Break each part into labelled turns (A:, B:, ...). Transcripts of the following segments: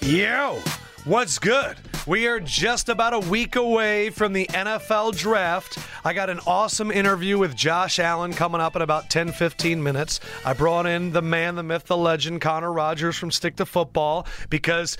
A: Yo, what's good? We are just about a week away from the NFL draft. I got an awesome interview with Josh Allen coming up in about 10, 15 minutes. I brought in the man, the myth, the legend, Connor Rogers from Stick to Football, because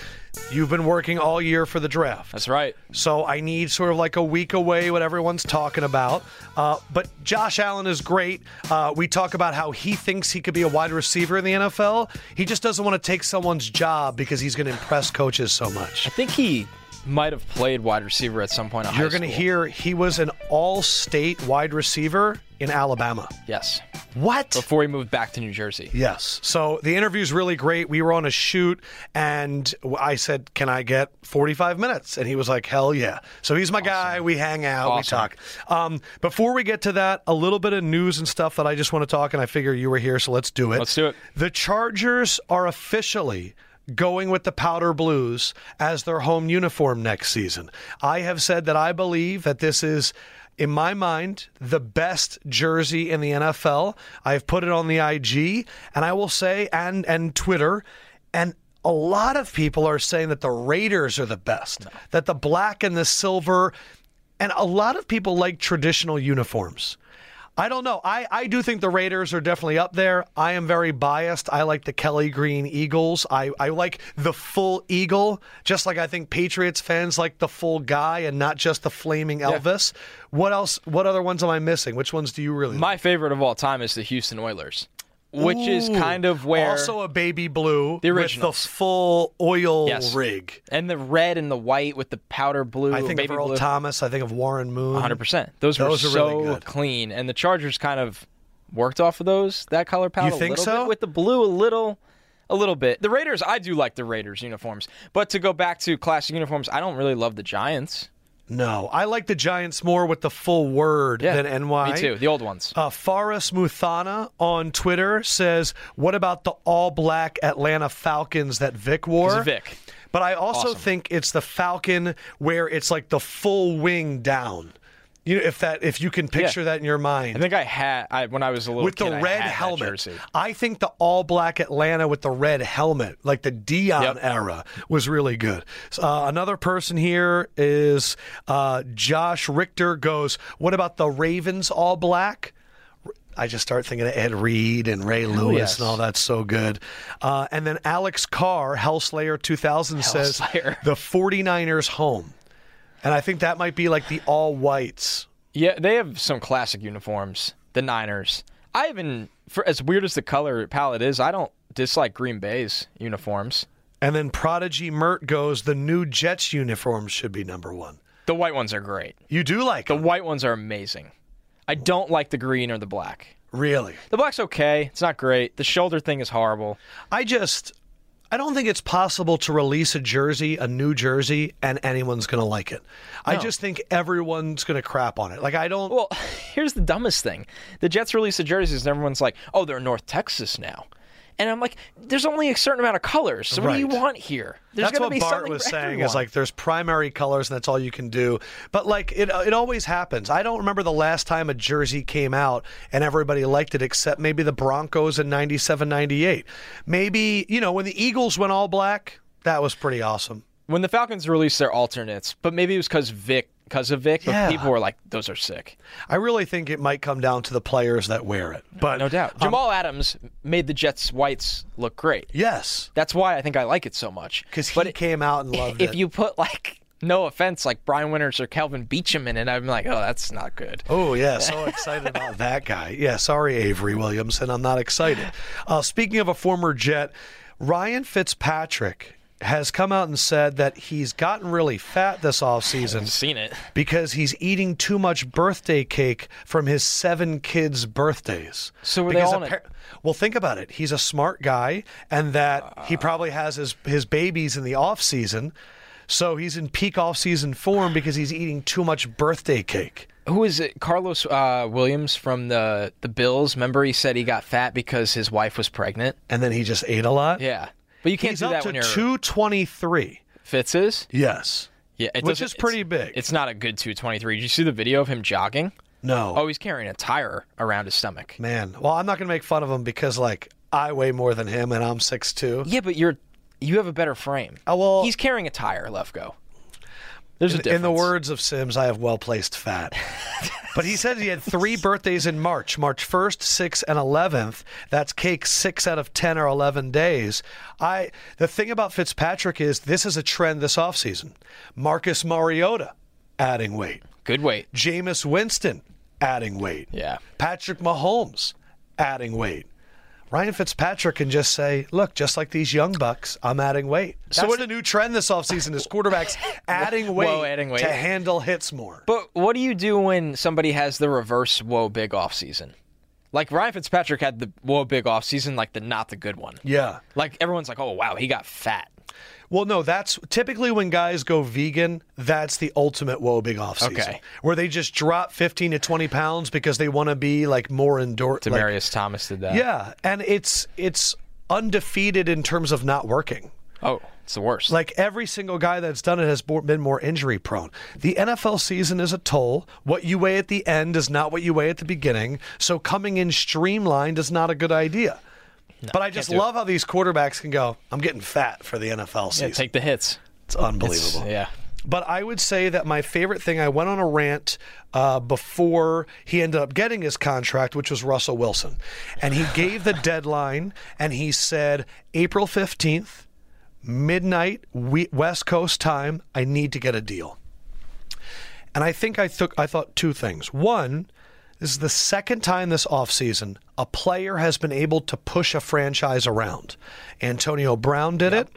A: you've been working all year for the draft.
B: That's right.
A: So I need sort of like a week away what everyone's talking about. Uh, but Josh Allen is great. Uh, we talk about how he thinks he could be a wide receiver in the NFL. He just doesn't want to take someone's job because he's going to impress coaches so much.
B: I think he might have played wide receiver at some point. in
A: You're
B: high
A: going to
B: school.
A: hear he was an all-state wide receiver in Alabama.
B: Yes.
A: What?
B: Before he moved back to New Jersey.
A: Yes. So the interview's really great. We were on a shoot, and I said, "Can I get 45 minutes?" And he was like, "Hell yeah!" So he's my guy. We hang out.
B: Awesome.
A: We talk. Um, before we get to that, a little bit of news and stuff that I just want to talk, and I figure you were here, so let's do it.
B: Let's do it.
A: The Chargers are officially. Going with the powder blues as their home uniform next season. I have said that I believe that this is in my mind, the best jersey in the NFL. I've put it on the IG, and I will say, and and Twitter, and a lot of people are saying that the Raiders are the best, that the black and the silver, and a lot of people like traditional uniforms. I don't know. I, I do think the Raiders are definitely up there. I am very biased. I like the Kelly Green Eagles. I, I like the full Eagle, just like I think Patriots fans like the full guy and not just the flaming Elvis. What else? What other ones am I missing? Which ones do you really like?
B: My favorite of all time is the Houston Oilers, which is kind of where
A: Also, a baby blue
B: The
A: with the
B: originals.
A: full oil
B: Yes.
A: rig.
B: and the red and the white with the powder blue.
A: I think
B: baby
A: of Earl
B: blue.
A: Thomas. I think of Warren Moon.
B: 100%.
A: Those
B: Those, were
A: are really
B: so
A: good.
B: clean and the Chargers kind of worked off of those that color palette
A: think
B: a little
A: so?
B: bit with the blue a little a little bit. The Raiders, I do like the Raiders uniforms, but to go back to classic uniforms, I don't really love the Giants.
A: No, I like the Giants more with the full word
B: Yeah,
A: than NY.
B: Me too. The old ones.
A: Uh, Faris Muthana on Twitter says, "What about the all-black Atlanta Falcons that Vic wore?"
B: It's Vic.
A: But I also
B: Awesome.
A: think it's the Falcon where it's like the full wing down. You know, if that if you can picture that in your mind
B: I think I had I, when I was a little
A: with the
B: kid, I
A: red
B: had that
A: helmet.
B: jersey.
A: I think the all black Atlanta with the red helmet, like the Dion
B: Yep.
A: era, was really good. So, uh, another person here is uh, Josh Richter goes, What about the Ravens all black? I just start thinking of Ed Reed and Ray Lewis
B: yes.
A: and all that's so good. Uh, and then Alex Carr, Hellslayer 2000, says
B: Hellslayer.
A: the 49ers home. And I think that might be like the all whites.
B: Yeah, they have some classic uniforms. The Niners. I even for as weird as the color palette is, I don't dislike Green Bay's uniforms.
A: And then Prodigy Mert goes, the new Jets uniforms should be number one.
B: The white ones are great.
A: You do like
B: The
A: them,
B: white ones are amazing. I don't like the green or the black.
A: really.
B: The black's okay. It's not great. The shoulder thing is horrible.
A: I just, I don't think it's possible to release a jersey, a new jersey, and anyone's going to like it. I just think everyone's going to crap on it. Like, I don't,
B: Well, here's the dumbest thing. The Jets release the jerseys and everyone's like, "Oh, they're North Texas now." And I'm like, there's only a certain amount of colors. So what do you
A: Right.
B: want here? There's
A: that's
B: gonna
A: what
B: be
A: Bart
B: something
A: was
B: for
A: saying
B: everyone.
A: is like there's primary colors and that's all you can do. But like it it always happens. I don't remember the last time a jersey came out and everybody liked it except maybe the Broncos in 97 98. Maybe, you know, when the Eagles went all black, that was pretty awesome.
B: when the Falcons released their alternates, but maybe it was because Vic, because of Vic, but
A: Yeah.
B: people were like, "Those are sick."
A: I really think it might come down to the players that wear it. But
B: No doubt. Jamal Adams made the Jets whites look great.
A: Yes,
B: That's why I think I like it so much.
A: cuz he
B: but it-
A: came out and loved
B: if
A: it.
B: you put like, no offense, like Brian Winters or Calvin Beecham in it, I'm like, oh, that's not good.
A: Oh yeah, so excited about that guy. Yeah, sorry Avery Williamson, I'm not excited. Uh, speaking of a former Jet, Ryan Fitzpatrick has come out and said that he's gotten really fat this offseason
B: Seen it.
A: because he's eating too much birthday cake from his seven kids' birthdays.
B: So were they
A: Because
B: all in it?
A: Well, think about it. He's a smart guy, and that
B: Ah.
A: he probably has his his babies in the off season. So he's in peak off season form because he's eating too much birthday cake.
B: Who is it? Carlos uh, Williams from the the Bills. Remember, he said he got fat because his wife was pregnant.
A: and then he just ate a lot.
B: Yeah, but you can't
A: he's
B: do
A: up
B: that
A: to
B: when you're
A: two twenty three.
B: Fitz's.
A: Yes.
B: Yeah, it
A: Which
B: doesn't-
A: is pretty
B: it's-
A: big.
B: It's not a good 223. Did you see the video of him jogging?
A: No.
B: Oh, he's carrying a tire around his stomach.
A: man. Well, I'm not gonna make fun of him because like I weigh more than him and I'm six two.
B: Yeah, but you're You have a better frame.
A: Oh, well-
B: he's carrying a tire. Lefko. There's a
A: In,
B: difference.
A: in the words of Sims, I have well placed fat. but he said he had three birthdays in March March 1st, 6th, and 11th. That's cake six out of 10 or 11 days. I The thing about Fitzpatrick is this is a trend this offseason. Marcus Mariota adding weight,
B: good weight.
A: Jameis Winston adding weight,
B: Yeah.
A: Patrick Mahomes adding weight. Ryan Fitzpatrick can just say, look, just like these young bucks, I'm adding weight. That's so
B: what-
A: the new trend this offseason is quarterbacks adding weight,
B: Whoa, adding weight.
A: to handle hits more.
B: But what do you do when somebody has the reverse whoa big off season? Like Ryan Fitzpatrick had the whoa big off season, like the not the good one.
A: yeah.
B: Like everyone's like, oh wow, he got fat.
A: Well, no, that's typically when guys go vegan, that's the ultimate whoa big offseason.
B: Okay.
A: Where they just drop 15 to 20 pounds because they want to be like more indoor. like-
B: Demarius Thomas did that.
A: yeah. And it's it's undefeated in terms of not working.
B: Oh, it's the worst.
A: Like every single guy that's done it has bo- been more injury prone. The NFL season is a toll. What you weigh at the end is not what you weigh at the beginning. So coming in streamlined is not a good idea. but I just
B: do it.
A: love how these quarterbacks can go, I'm getting fat for the NFL season.
B: yeah, take the hits.
A: it's unbelievable.
B: Yeah.
A: But I would say that my favorite thing, I went on a rant uh, before he ended up getting his contract, which was Russell Wilson. And he gave the deadline and he said, April 15th, midnight, we- West Coast time, I need to get a deal. And I think I, took, I thought two things. One, this is the second time this offseason a player has been able to push a franchise around. Antonio Brown did it,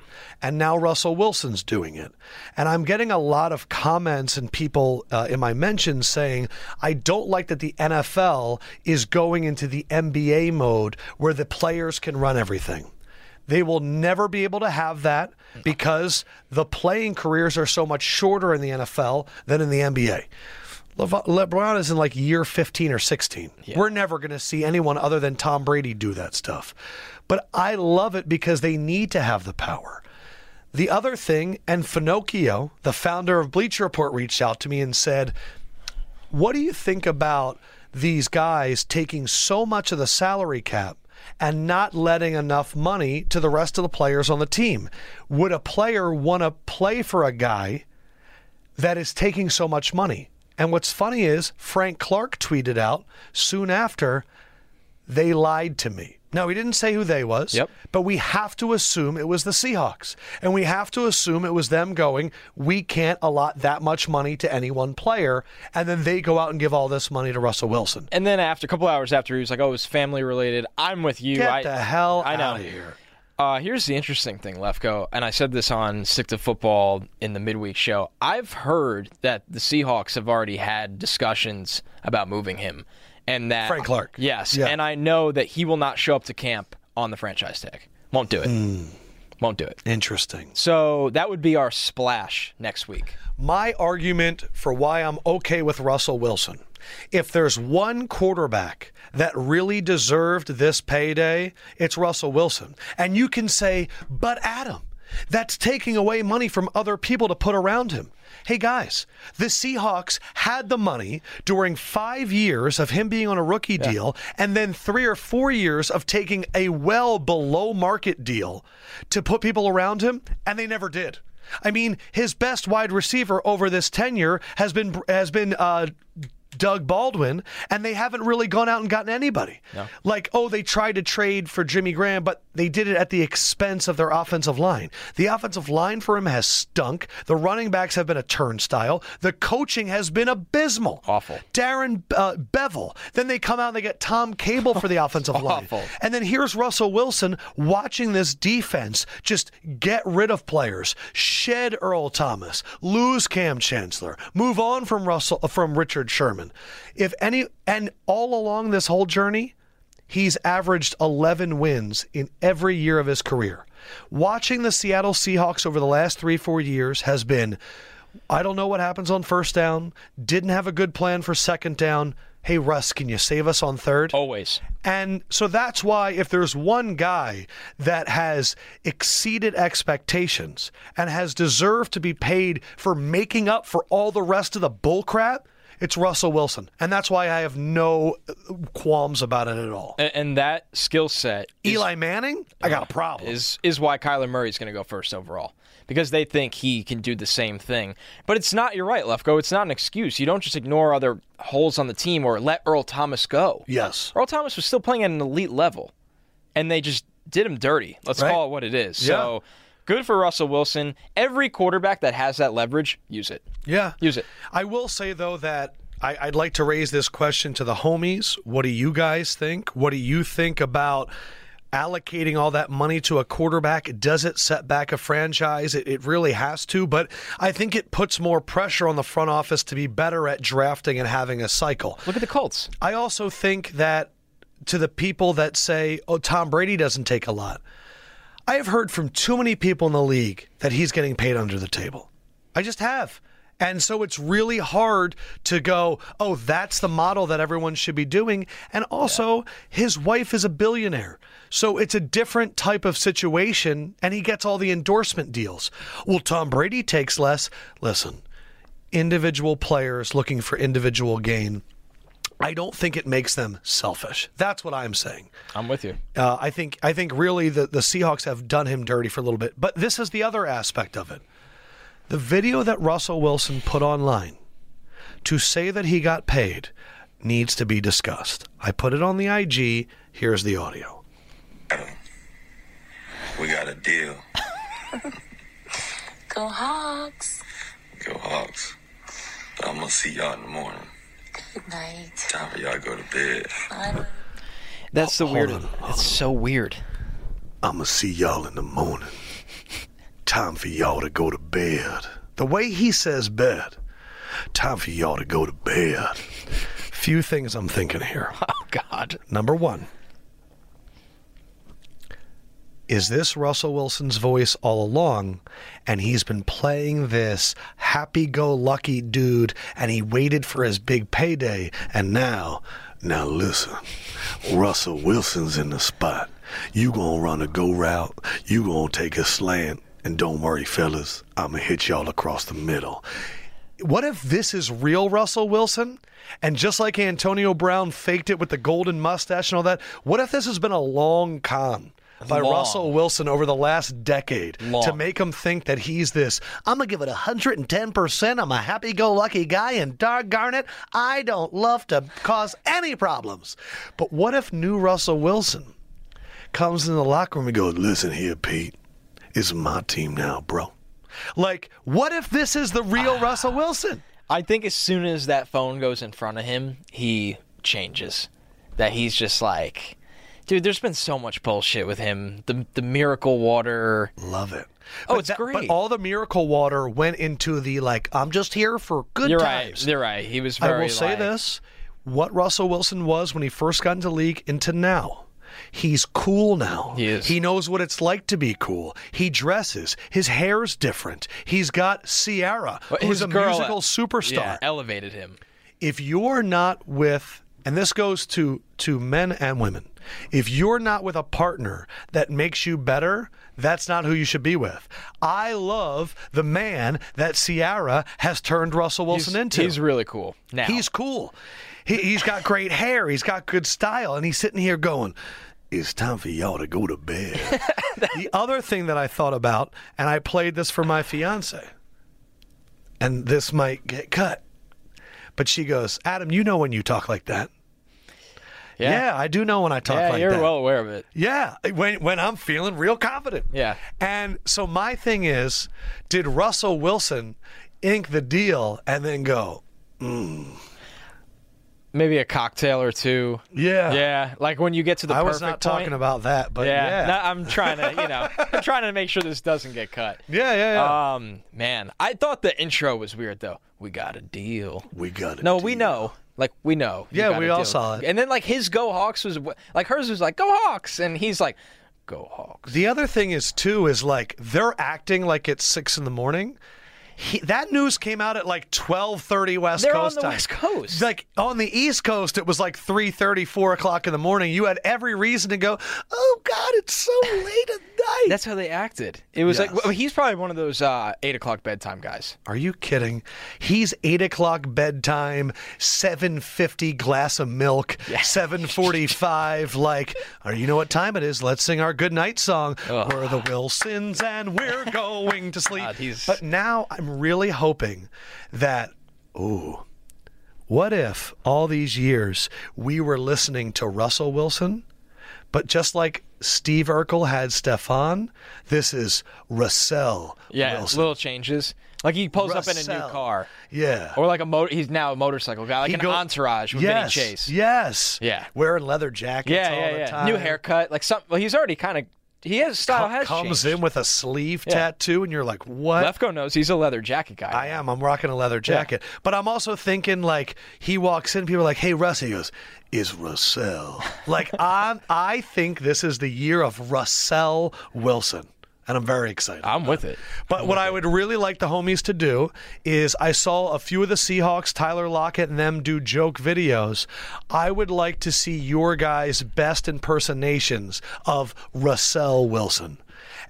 A: and now Russell Wilson's doing it. And I'm getting a lot of comments and people uh, in my mentions saying, I don't like that the NFL is going into the NBA mode where the players can run everything. They will never be able to have that because the playing careers are so much shorter in the NFL than in the NBA. Lev- LeBron is in like year 15 or 16. We're never going to see anyone other than Tom Brady do that stuff. But I love it because they need to have the power. The other thing, and Finocchio, the founder of Bleacher Report, reached out to me and said, What do you think about these guys taking so much of the salary cap and not letting enough money to the rest of the players on the team? Would a player want to play for a guy that is taking so much money? And what's funny is Frank Clark tweeted out soon after, they lied to me. Now, he didn't say who they was,
B: Yep.
A: but we have to assume it was the Seahawks. And we have to assume it was them going, we can't allot that much money to any one player. And then they go out and give all this money to Russell Wilson.
B: And then after a couple hours after, he was like, "Oh, it was family related." I'm with you.
A: Get
B: I,
A: the hell
B: I know.
A: out of here.
B: Uh, here's the interesting thing, Lefko, and I said this on Stick to Football in the midweek show. I've heard that the Seahawks have already had discussions about moving him, and that
A: Frank Clark.
B: Yes,
A: Yeah.
B: and I know that he will not show up to camp on the franchise tag. Won't do it.
A: Hmm.
B: Won't do it.
A: Interesting.
B: So that would be our splash next week.
A: my argument for why I'm okay with Russell Wilson. If there's one quarterback that really deserved this payday, it's Russell Wilson. And you can say, but Adam, that's taking away money from other people to put around him. Hey guys, the Seahawks had the money during five years of him being on a rookie deal and then three or four years of taking a well below market deal to put people around him, and they never did. I mean, his best wide receiver over this tenure has been has been uh, Doug Baldwin, and they haven't really gone out and gotten anybody. Like, oh, they tried to trade for Jimmy Graham, but they did it at the expense of their offensive line. The offensive line for him has stunk. The running backs have been a turnstile. The coaching has been abysmal.
B: Awful.
A: Darren uh, Bevel. Then they come out and they get Tom Cable for the offensive line.
B: awful.
A: And then here's Russell Wilson watching this defense just get rid of players, shed Earl Thomas, lose Cam Chancellor, move on from Russell uh, from Richard Sherman. If any and all along this whole journey, he's averaged 11 wins in every year of his career. Watching the Seattle Seahawks over the last 3-4 years has been I don't know what happens on first down, didn't have a good plan for second down. Hey Russ, can you save us on third?
B: Always.
A: And so that's why if there's one guy that has exceeded expectations and has deserved to be paid for making up for all the rest of the bullcrap, It's Russell Wilson, and that's why I have no qualms about it at all.
B: And, and that skill set is,
A: Eli Manning, I got a problem.
B: is is why Kyler Murray's going to go first overall because they think he can do the same thing. But it's not. You're right, Lefko. It's not an excuse. You don't just ignore other holes on the team or let Earl Thomas go.
A: yes,
B: Earl Thomas was still playing at an elite level, and they just did him dirty. Let's
A: Right.
B: call it what it is. So good for Russell Wilson. Every quarterback that has that leverage, use it.
A: yeah.
B: Use it.
A: I will say though that I, I'd like to raise this question to the homies. What do you guys think? What do you think about allocating all that money to a quarterback? Does it set back a franchise? It, it really has to, but I think it puts more pressure on the front office to be better at drafting and having a cycle.
B: Look at the Colts.
A: I also think that to the people that say, "Oh, Tom Brady doesn't take a lot," I have heard from too many people in the league that he's getting paid under the table. I just have. And so it's really hard to go, oh, that's the model that everyone should be doing. And also, his wife is a billionaire. So it's a different type of situation, and he gets all the endorsement deals. Well, Tom Brady takes less. Listen, individual players looking for individual gain. I don't think it makes them selfish. That's what I'm saying.
B: I'm with you.
A: Uh, I think I think really the, the Seahawks have done him dirty for a little bit. But this is the other aspect of it. The video that Russell Wilson put online to say that he got paid needs to be discussed. I put it on the IG. Here's the audio.
C: We got a deal.
D: Go Hawks.
C: Go Hawks. But I'm gonna see y'all in the morning.
D: Good night.
C: Time for y'all to go to bed.
D: Bye.
B: That's the weird. It's so weird.
A: I'ma see y'all in the morning. Time for y'all to go to bed. The way he says bed. Time for y'all to go to bed. Few things I'm thinking here.
B: Oh God.
A: Number one Is this Russell Wilson's voice all along? And he's been playing this happy go lucky dude, and he waited for his big payday, and now. Now listen, Russell Wilson's in the spot. You gonna run a go route, you gonna take a slant, and don't worry, fellas, I'ma hit y'all across the middle what if this is real Russell Wilson? And just like Antonio Brown faked it with the golden mustache and all that, what if this has been a long con by
B: Long.
A: Russell Wilson over the last decade to
B: Long.
A: make him think that he's this? I'm going to give it 110%. I'm a happy go lucky guy, and doggone it, I don't love to cause any problems. But what if new Russell Wilson comes in the locker room and goes, Listen here, Pete, it's my team now, bro. Like, what if this is the
B: Ah.
A: real Russell Wilson?
B: I think as soon as that phone goes in front of him, he changes. That he's just like, dude. There's been so much bullshit with him. The the miracle water.
A: Love it.
B: Oh,
A: But
B: it's
A: that- But
B: great.
A: all the miracle water went into the like, I'm just here for good
B: You're right.
A: times.
B: You're right. He was.
A: I
B: Very
A: will say
B: like-
A: this: what Russell Wilson was when he first got into league into now. He's cool now.
B: He is.
A: knows what it's like to be cool. He dresses. His hair's different. He's got Ciara,
B: But
A: who's
B: his
A: a
B: girl- uh,
A: musical superstar.
B: Yeah, elevated him.
A: if you're not with and this goes to to men and women if you're not with a partner that makes you better that's not who you should be with i love the man that ciara has turned russell wilson into
B: He's really cool. Now
A: He's cool he, he's got great hair he's got good style and he's sitting here going it's time for y'all to go to bed the other thing that i thought about and i played this for my fiance and this might get cut but she goes, Adam, you know when you talk like that. Yeah, I do know when I talk
B: Yeah,
A: like
B: you're
A: that.
B: well aware of it.
A: yeah, when when I'm feeling real confident.
B: Yeah.
A: And so my thing is, did Russell Wilson ink the deal and then go,
B: Maybe a cocktail or two.
A: yeah,
B: Yeah, like when you get to the
A: I
B: perfect
A: was not
B: point.
A: talking about that, but yeah,
B: Yeah, no, I'm trying to, you know, I'm trying to make sure this doesn't get cut.
A: yeah, yeah, yeah.
B: Um, man, I thought the intro was weird though. We got a deal.
A: we got it.
B: No, we know. Like we know. you
A: Yeah,
B: got
A: we
B: a
A: all
B: deal.
A: saw it.
B: And then like his go Hawks was like hers was like go Hawks, and he's like go Hawks.
A: The other thing is too is like they're acting like it's six in the morning. He, that news came out at like twelve thirty West
B: They're on
A: Coast
B: the
A: time.
B: West Coast.
A: Like on the East Coast, it was like 3 4 o'clock in the morning. You had every reason to go. Oh God, it's so late at night.
B: That's how they acted. It was
A: Yes.
B: like well, he's probably one of those uh, eight o'clock bedtime guys.
A: Are you kidding? He's eight o'clock bedtime, seven fifty glass of milk, seven forty five. Like, or you know what time it is? Let's sing our good night song. We're the Wilsons and we're going to sleep.
B: God, he's-
A: But now I'm really hoping that. Ooh. What if all these years we were listening to Russell Wilson, but just like Steve Urkel had Stefan, this is Russell
B: Yeah,
A: Wilson.
B: little changes. Like he pulls up in a
A: Russell.
B: new car,
A: Yeah.
B: or like a mo- He's now a motorcycle guy, like
A: He
B: an
A: go-
B: entourage with
A: yes,
B: Vinny Chase.
A: Yes.
B: Yeah.
A: Wearing leather jackets
B: yeah,
A: all
B: yeah,
A: the
B: yeah.
A: time.
B: New haircut. Like some. Well, he's already kind of. He has style has
A: comes
B: changed.
A: in with a sleeve tattoo, and you're like, "What?"
B: Lefko knows he's a leather jacket guy.
A: I am. I'm rocking a leather jacket, but I'm also thinking like he walks in, people are like, "Hey, Russ." He goes, "Is Russell?" like I, I think this is the year of Russell Wilson, and I'm very excited.
B: I'm with it.
A: But what I would really like the homies to do is I saw a few of the Seahawks, Tyler Lockett, and them do joke videos. I would like to see your guys' best impersonations of Russell Wilson.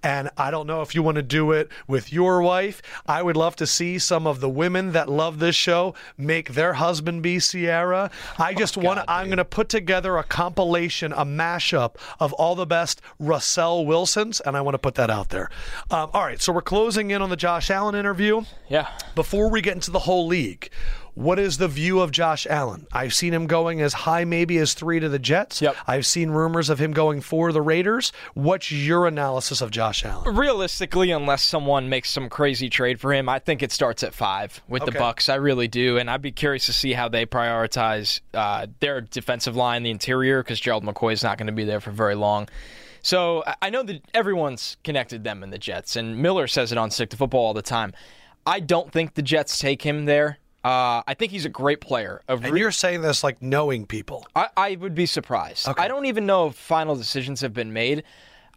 A: And I don't know if you want to do it with your wife. I would love to see some of the women that love this show make their husband be Sierra. I just want to, I'm going to put together a compilation, a mashup of all the best Russell Wilsons, and I want to put that out there. Um, all right, so we're closing in on the Josh Allen interview.
B: Yeah.
A: Before we get into the whole league, what is the view of Josh Allen? I've seen him going as high maybe as three to the Jets.
B: Yep.
A: I've seen rumors of him going for the Raiders. What's your analysis of Josh Allen?
B: Realistically, unless someone makes some crazy trade for him, I think it starts at five with
A: Okay.
B: the Bucks. I really do, and I'd be curious to see how they prioritize uh, their defensive line, the interior, because Gerald McCoy is not going to be there for very long. So I- I know that everyone's connected them and the Jets, and Miller says it on Sick to Football all the time. I don't think the Jets take him there. Uh, I think he's a great player. A
A: And you're saying this like knowing people.
B: I, I would be surprised. I don't even know if final decisions have been made.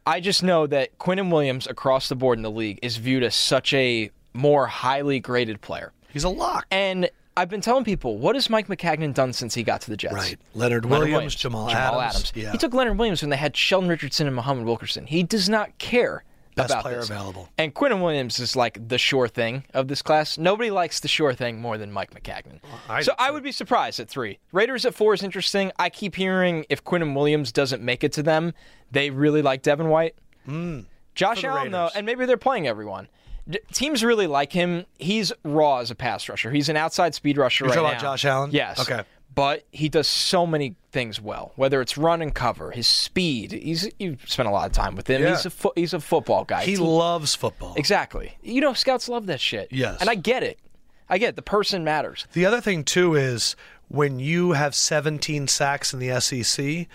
B: I just know that Quinton Williams across the board in the league is viewed as such a more highly graded player.
A: He's a lock.
B: And I've been telling people, what has Mike McCagnon done since he got to the Jets?
A: Right. Leonard
B: Leonard
A: Williams, Jamal, Adams. Yeah.
B: He took Leonard Williams when they had Sheldon Richardson and Muhammad Wilkerson. He does not care
A: Best
B: about
A: player
B: this.
A: available.
B: And Quinton Williams is like the sure thing of this class. Nobody likes the sure thing more than Mike McCagnon.
A: I
B: so
A: do,
B: I would be surprised at three. Raiders at four is interesting. I keep hearing if Quinton Williams doesn't make it to them, they really like Devin White. Josh
A: Hmm. the
B: Allen, though,
A: Raiders.
B: and maybe they're playing everyone. D- teams really like him. He's raw as a pass rusher. He's an outside speed rusher
A: You're
B: right
A: talking about
B: now.
A: Josh Allen?
B: Yes.
A: Okay.
B: But he does so many things well, whether it's run and cover, his speed. He's you spent a lot of time with him.
A: Yeah.
B: He's a fo- he's a football guy.
A: He
B: Team-
A: loves football.
B: Exactly. You know, scouts love that shit.
A: Yes.
B: And I get it. I get it. The person matters.
A: The other thing too is when you have 17 sacks in the SEC,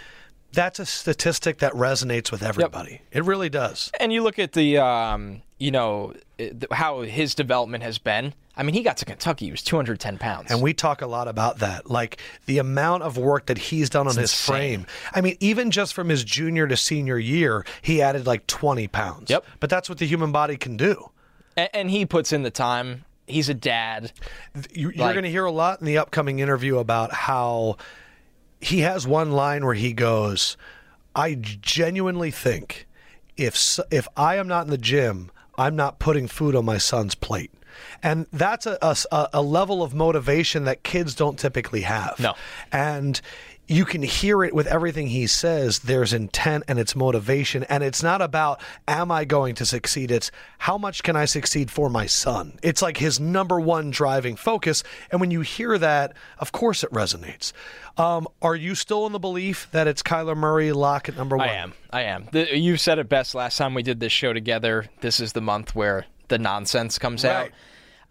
A: that's a statistic that resonates with everybody. It really does.
B: And you look at the, um, you know, it- th- how his development has been. I mean, he got to Kentucky. He was 210 pounds.
A: And we talk a lot about that. Like the amount of work that he's done on his
B: insane.
A: frame. I mean, even just from his junior to senior year, he added like 20 pounds.
B: Yep.
A: But that's what the human body can do.
B: and, and he puts in the time. He's a dad.
A: you, you're
B: Like-
A: going to hear a lot in the upcoming interview about how he has one line where he goes, "I genuinely think if s- if I am not in the gym, I'm not putting food on my son's plate." And that's a, a s- a- a level of motivation that kids don't typically have.
B: No.
A: And you can hear it with everything he says. There's intent and it's motivation. And it's not about, am I going to succeed? It's how much can I succeed for my son? It's like his number one driving focus. And when you hear that, of course it resonates. Um, are you still in the belief that it's Kyler Murray lock at number one?
B: I am. I am. The, you said it best last time we did this show together. This is the month where the nonsense comes out.
A: Right.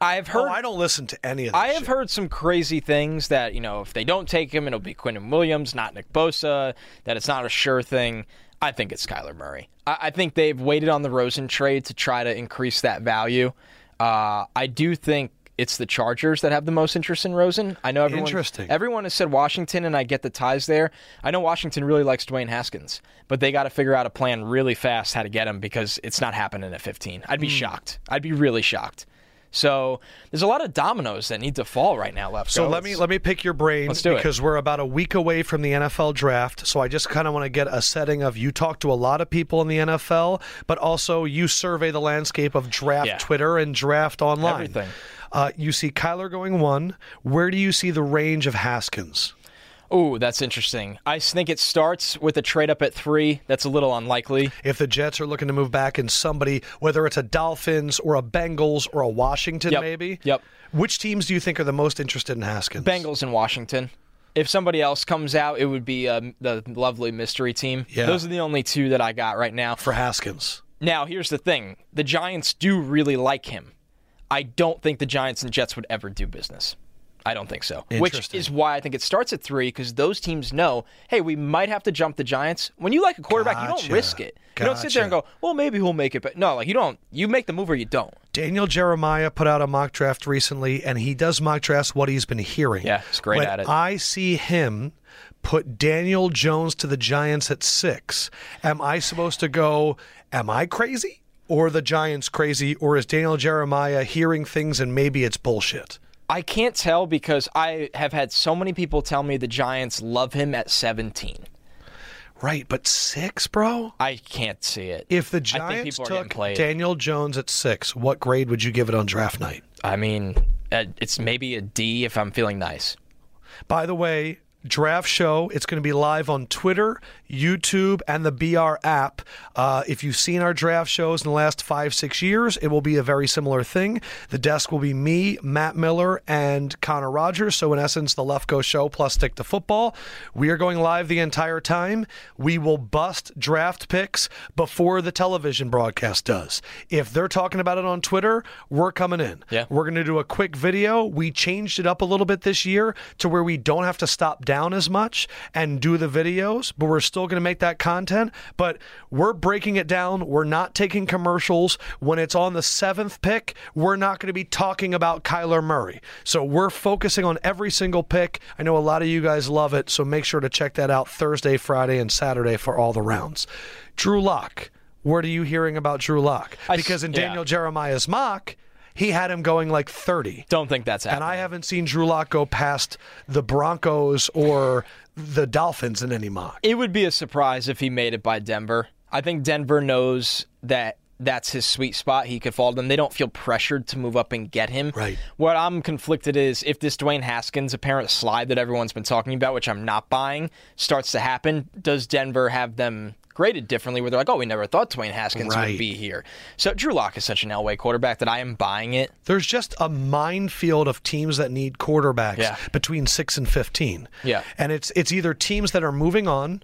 B: I've heard.
A: Oh, I don't listen to any of that.
B: I have
A: shit.
B: heard some crazy things that, you know, if they don't take him, it'll be Quinton Williams, not Nick Bosa, that it's not a sure thing. I think it's Kyler Murray. I, I think they've waited on the Rosen trade to try to increase that value. Uh, I do think it's the Chargers that have the most interest in Rosen. I know everyone,
A: Interesting.
B: everyone has said Washington, and I get the ties there. I know Washington really likes Dwayne Haskins, but they got to figure out a
A: Hmm.
B: plan really fast how to get him because it's not happening at 15. I'd be shocked. I'd be really shocked. So there's a lot of dominoes that need to fall right now, Lefko.
A: So let me
B: It's-
A: let me pick your brain
B: Let's do it.
A: because we're about a week away from the NFL draft. So I just kind of want to get a setting of you talk to a lot of people in the NFL, but also you survey the landscape of draft
B: Yeah.
A: Twitter and draft online.
B: Everything.
A: Uh, you see Kyler going one. Where do you see the range of Haskins?
B: Ooh, that's interesting. I think it starts with a trade up at three. That's a little unlikely.
A: If the Jets are looking to move back and somebody, whether it's a Dolphins or a Bengals or a Washington,
B: Yep.
A: maybe.
B: Yep.
A: Which teams do you think are the most interested in Haskins?
B: Bengals in Washington. If somebody else comes out, it would be um, the lovely mystery team.
A: Yeah.
B: Those are the only two that I got right now.
A: for Haskins.
B: Now, here's the thing the Giants do really like him. I don't think the Giants and Jets would ever do business. I don't think so. Which
A: Interesting.
B: is why I think it starts at three because those teams know, hey, we might have to jump the Giants. When you like a quarterback, you
A: Gotcha.
B: don't risk it. You don't sit there and go,
A: Gotcha.
B: well, maybe he'll make it. But no, like you don't. You make the move or you don't.
A: Daniel Jeremiah put out a mock draft recently, and he does mock drafts what he's been hearing.
B: Yeah, he's great
A: when
B: at it.
A: I see him put Daniel Jones to the Giants at six. Am I supposed to go, am I crazy? Or the Giants crazy? Or is Daniel Jeremiah hearing things and maybe it's bullshit?
B: I can't tell because I have had so many people tell me the Giants love him at 17.
A: Right, but six, bro?
B: I can't see it.
A: If the
B: I think
A: Giants
B: people are getting
A: took
B: played.
A: Daniel Jones at six, what grade would you give it on draft night?
B: I mean, uh, it's maybe a D if I'm feeling nice.
A: By the way, draft show, it's going to be live on Twitter, YouTube, and the BR app. Uh, if you've seen our draft shows in the last five, six years, it will be a very similar thing. The desk will be me, Matt Miller, and Connor Rogers. So, in essence, the Lefko show plus stick to football. We are going live the entire time. We will bust draft picks before the television broadcast does. If they're talking about it on Twitter, we're coming in.
B: Yeah.
A: We're going to do a quick video. We changed it up a little bit this year to where we don't have to stop down as much and do the videos, but we're still going to make that content. But we're breaking it down. We're not taking commercials. When it's on the seventh pick, we're not going to be talking about Kyler Murray. So we're focusing on every single pick. I know a lot of you guys love it. So make sure to check that out Thursday, Friday, and Saturday for all the rounds. Drew Locke. What are you hearing about Drew Locke?
B: I s-
A: Because in
B: yeah.
A: Daniel Jeremiah's mock, he had him going like 30.
B: Don't think that's
A: And
B: happening.
A: I haven't seen Drew Lock go past the Broncos or the Dolphins in any mock.
B: it would be a surprise if he made it by Denver. I think Denver knows that that's his sweet spot. He could fall to them. They don't feel pressured to move up and get him.
A: Right.
B: What I'm conflicted is if this Dwayne Haskins apparent slide that everyone's been talking about, which I'm not buying, starts to happen, does Denver have them graded differently where they're like, oh, we never thought Dwayne Haskins
A: Right.
B: would be here? So Drew Lock is such an Elway quarterback that I am buying it.
A: There's just a minefield of teams that need quarterbacks
B: Yeah.
A: between 6 and 15.
B: Yeah.
A: And it's it's either teams that are moving on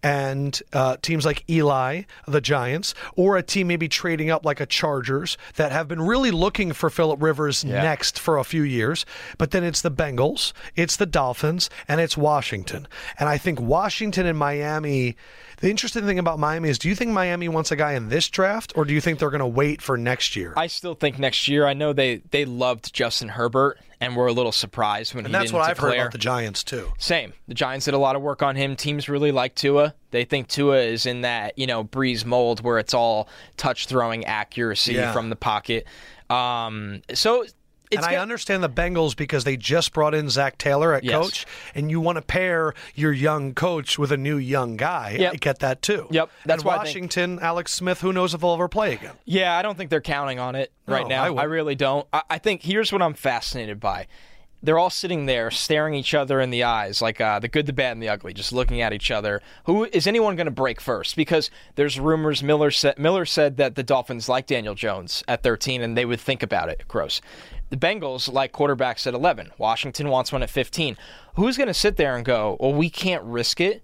A: and uh, teams like Eli, the Giants, or a team maybe trading up like a Chargers that have been really looking for Philip Rivers next for a few years. But then it's the Bengals, it's the Dolphins, and it's Washington. And I think Washington and Miami. The interesting thing about Miami is, do you think Miami wants a guy in this draft, or do you think they're going to wait for next year?
B: I still think next year. I know they, they loved Justin Herbert and were a little surprised when
A: and
B: he
A: that's
B: didn't
A: what I've
B: declare.
A: heard about the Giants too.
B: Same. The Giants did a lot of work on him. Teams really like Tua. They think Tua is in that, you know, breeze mold where it's all touch throwing accuracy
A: Yeah.
B: from the pocket. Um, so it's
A: and I
B: gonna-
A: understand the Bengals because they just brought in Zach Taylor at
B: Yes.
A: coach, and you want to pair your young coach with a new young guy. I
B: Yep.
A: get that too.
B: Yep, that's
A: and
B: why I think-
A: Washington, Alex Smith. Who knows if he'll ever play again?
B: Yeah, I don't think they're counting on it right
A: No,
B: now.
A: I
B: I,
A: wouldn't.
B: really don't. I, I think here's what I'm fascinated by. They're all sitting there staring each other in the eyes, like uh, the good, the bad, and the ugly, just looking at each other. Who is anyone going to break first? Because there's rumors. Miller said Miller said that the Dolphins like Daniel Jones at 13, and they would think about it. Gross. The Bengals like quarterbacks at 11. Washington wants one at 15. Who's going to sit there and go, "Well, we can't risk it"?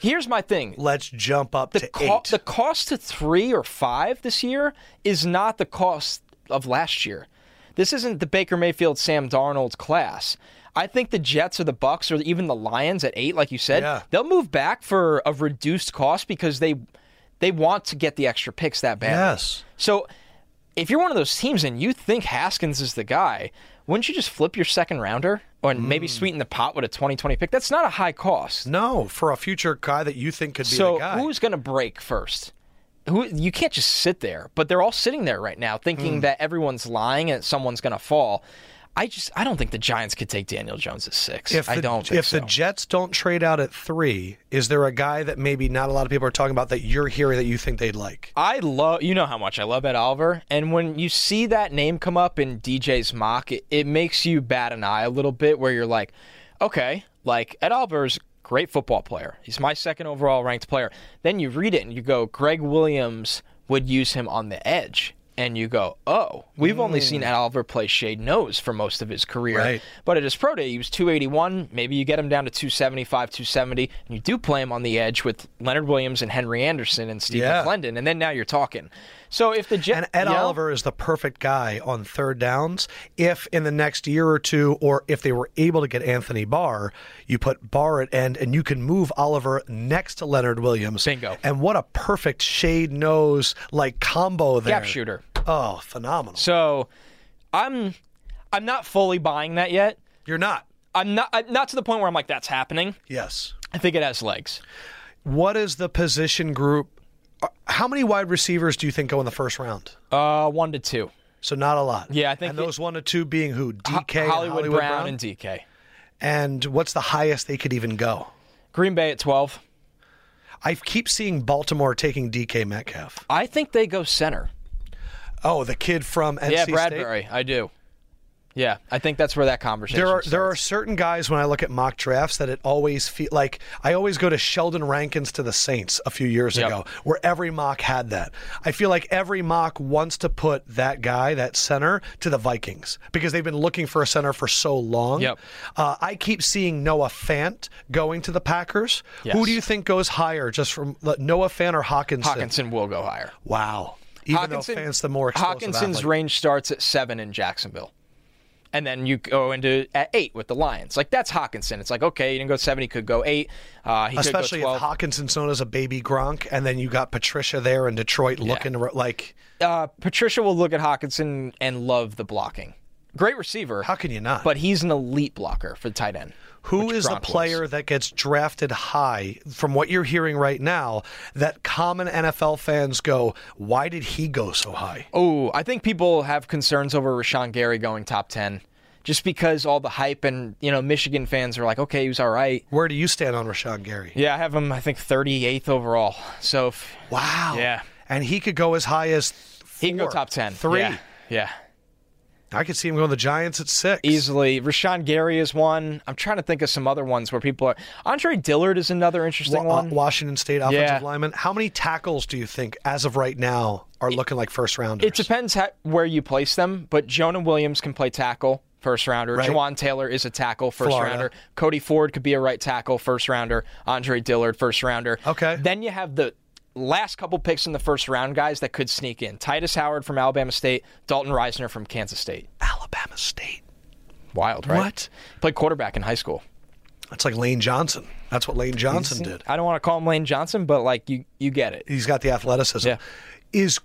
B: Here's my thing
A: Let's jump up to
B: co-
A: eight.
B: the cost to three or five this year is not the cost of last year. This isn't the Baker Mayfield, Sam Darnold class. I think the Jets or the Bucks or even the Lions at eight, like you said,
A: Yeah.
B: they'll move back for a reduced cost because they they want to get the extra picks that bad.
A: yes.
B: So if you're one of those teams and you think Haskins is the guy, wouldn't you just flip your second rounder or maybe
A: Mm.
B: sweeten the pot with a 2020 pick? That's not a high cost.
A: No, for a future guy that you think could be
B: So
A: the guy.
B: who's going to break first? who you can't just sit there, but they're all sitting there right now thinking
A: Hmm.
B: that everyone's lying and someone's going to fall. I just I don't think the Giants could take Daniel Jones at six.
A: If the,
B: I don't think
A: if
B: so.
A: the Jets don't trade out at three, is there a guy that maybe not a lot of people are talking about that you're hearing that you think they'd like?
B: I love you know how much I love Ed Oliver, and when you see that name come up in DJ's mock, it, it makes you bat an eye a little bit, where you're like, okay, like Ed Oliver's a great football player. He's my second overall ranked player. Then you read it and you go, Greg Williams would use him on the edge. And you go, oh, we've only seen Ed Oliver play shade nose for most of his career.
A: Right.
B: But at his pro day, he was 281. Maybe you get him down to 275, 270, and you do play him on the edge with Leonard Williams and Henry Anderson and Steve
A: Yeah.
B: McClendon, and then now you're talking. So if the
A: And
B: Jets
A: Ed Oliver is the perfect guy on third downs. If in the next year or two, or if they were able to get Anthony Barr, you put Barr at end and you can move Oliver next to Leonard Williams.
B: Bingo.
A: And what a perfect shade nose like combo there.
B: gap shooter.
A: Oh, phenomenal.
B: So I'm I'm not fully buying that yet.
A: You're not.
B: I'm not I'm not to the point where I'm like that's happening.
A: Yes.
B: I think it has legs.
A: What is the position group? How many wide receivers do you think go in the first round?
B: Uh, one to two.
A: So not a lot.
B: Yeah, I think
A: And
B: it-
A: those one to two being who? DK,
B: Ho-
A: and
B: Hollywood,
A: Hollywood
B: Brown, and DK.
A: and what's the highest they could even go?
B: Green Bay at twelve.
A: I keep seeing Baltimore taking DK Metcalf.
B: I think they go center.
A: Oh, the kid from NC
B: yeah,
A: State.
B: Bradbury. I do. Yeah, I think that's where that conversation.
A: There are
B: starts.
A: there are certain guys when I look at mock drafts that it always feel like I always go to Sheldon Rankins to the Saints a few years
B: Yep.
A: ago, where every mock had that. I feel like every mock wants to put that guy, that center, to the Vikings because they've been looking for a center for so long.
B: Yep.
A: Uh, I keep seeing Noah Fant going to the Packers. Who
B: Yes.
A: do you think goes higher, just from Noah Fant or Hawkinson?
B: Hawkinson will go higher.
A: Wow. Even
B: Hawkinson-
A: though Fant's the more explosive
B: Hawkinson's
A: athlete.
B: range starts at seven in Jacksonville, and then you go into at eight with the Lions. Like that's Hawkinson. It's like okay, you didn't go seven, he could go eight. Uh, he
A: Especially
B: could
A: if
B: go twelve.
A: Hawkinson's known as a baby Gronk, and then you got Patricia there in Detroit looking ro- like,
B: uh, Patricia will look at Hawkinson and love the blocking. Great receiver,
A: how can you not?
B: but he's an elite blocker for the tight end.
A: Who
B: which
A: is the
B: Gronk was.
A: player that gets drafted high, from what you're hearing right now, that common NFL fans go, why did he go so high?
B: Oh, I think people have concerns over Rashawn Gary going top ten, just because all the hype and you know Michigan fans are like, okay, he was all right.
A: Where do you stand on Rashawn Gary?
B: Yeah, I have him. I think 38th overall. So if
A: Wow.
B: Yeah.
A: And he could go as high as four,
B: He can go top ten.
A: Three.
B: Yeah. Yeah.
A: I could see him going to the Giants at six.
B: Easily. Rashawn Gary is one. I'm trying to think of some other ones where people are Andre Dillard is another interesting
A: Wa- uh,
B: one.
A: Washington State offensive
B: Yeah.
A: lineman. How many tackles do you think, as of right now, are looking like first rounders?
B: it depends how, where you place them, but Jonah Williams can play tackle, first rounder.
A: Right.
B: Jawan Taylor is a tackle, first
A: Florida.
B: rounder. Cody Ford could be a right tackle, first rounder. Andre Dillard, first rounder.
A: Okay.
B: Then you have the last couple picks in the first round guys that could sneak in. Titus Howard from Alabama State, Dalton Reisner from Kansas State.
A: Alabama State.
B: Wild, right?
A: What?
B: Played quarterback in high school.
A: That's like Lane Johnson. That's what Lane Johnson did.
B: I don't want to call him Lane Johnson, but like you, you get it.
A: He's got the athleticism.
B: Yeah.
A: Is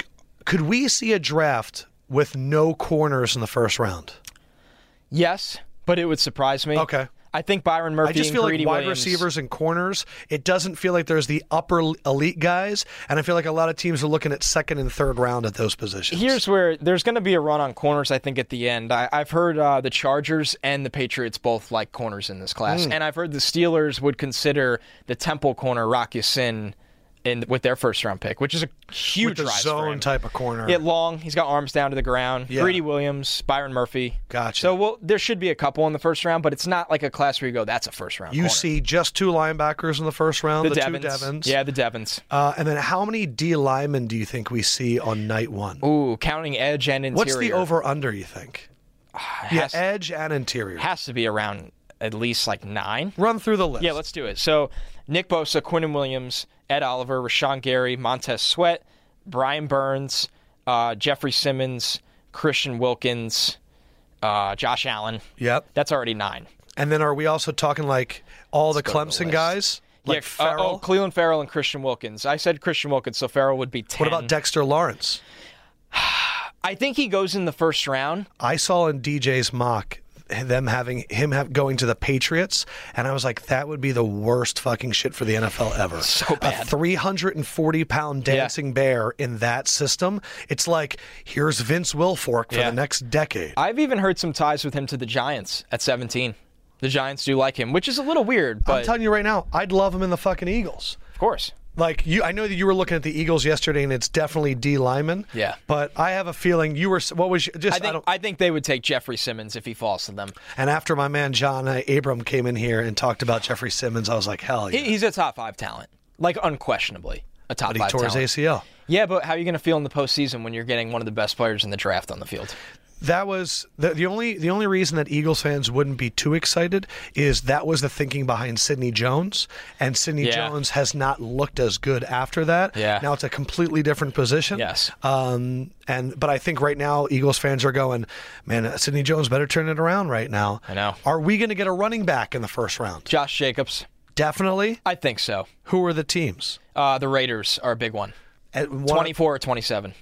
A: could we see a draft with no corners in the first round?
B: Yes, but it would surprise me.
A: Okay.
B: I think Byron Murphy.
A: I just
B: and
A: feel like
B: Greedy
A: wide
B: Williams-
A: receivers and corners. It doesn't feel like there's the upper elite guys, and I feel like a lot of teams are looking at second and third round at those positions.
B: Here's where there's going to be a run on corners. I think at the end, I, I've heard uh, the Chargers and the Patriots both like corners in this
A: Hmm.
B: class, and I've heard the Steelers would consider the Temple corner Rocky Sin in with their first round pick, which is a
A: with
B: huge
A: the
B: rise for
A: zone
B: him.
A: type of corner.
B: Yeah, long. He's got arms down to the ground.
A: Yeah.
B: Greedy Williams, Byron Murphy.
A: Gotcha.
B: So well, there should be a couple in the first round, but it's not like a class where you go, that's a first round.
A: you
B: corner."
A: see just two linebackers in the first round, the,
B: the, Devons.
A: two Devons.
B: Yeah, the Devons.
A: Uh, and then how many D linemen do you think we see on night one?
B: Ooh, counting edge and interior.
A: What's the over under you think? Yeah, e-
B: Has,
A: edge and interior.
B: has to be around at least like nine.
A: Run through the list.
B: Yeah, let's do it. So Nick Bosa, Quinton Williams, Ed Oliver, Rashawn Gary, Montez Sweat, Brian Burns, uh, Jeffrey Simmons, Christian Wilkins, uh, Josh Allen.
A: Yep.
B: That's already nine.
A: And then are we also talking like all the
B: go to the
A: Clemson
B: list.
A: guys? Like
B: uh,
A: Farrell?
B: oh, Cleveland Farrell and Christian Wilkins. I said Christian Wilkins, so Farrell would be 10.
A: what about Dexter Lawrence?
B: I think he goes in the first round.
A: I saw in DJ's mock them having him have, going to the Patriots, and I was like, that would be the worst fucking shit for the NFL ever.
B: So
A: A
B: bad.
A: 340 pound dancing bear in that system. It's like, here's Vince Wilfork for
B: Yeah.
A: the next decade.
B: I've even heard some ties with him to the Giants at 17. The Giants do like him, which is a little weird, but
A: I'm telling you right now, I'd love him in the fucking Eagles.
B: of course.
A: Like you, I know that you were looking at the Eagles yesterday, and it's definitely D lineman.
B: Yeah.
A: but I have a feeling you were. What was your, just?
B: I
A: I
B: think
A: don't,
B: I, think they would take Jeffrey Simmons if he falls to them.
A: and after my man John uh, Abram came in here and talked about Jeffrey Simmons, I was like, hell yeah!
B: He- He's a top five talent, like unquestionably a top
A: but he
B: five
A: tore his
B: talent.
A: ACL.
B: Yeah, but how are you going to feel in the postseason when you're getting one of the best players in the draft on the field?
A: That was the, the only the only reason that Eagles fans wouldn't be too excited is that was the thinking behind Sidney Jones, and Sidney
B: Yeah.
A: Jones has not looked as good after that.
B: Yeah.
A: now it's a completely different position.
B: Yes.
A: Um, and but I think right now Eagles fans are going, man, Sidney Jones better turn it around right now.
B: I know.
A: Are we going to get a running back in the first round?
B: Josh Jacobs,
A: Definitely.
B: I think so.
A: Who are the teams?
B: Uh, the Raiders are a big one.
A: At one-
B: 24 or 27.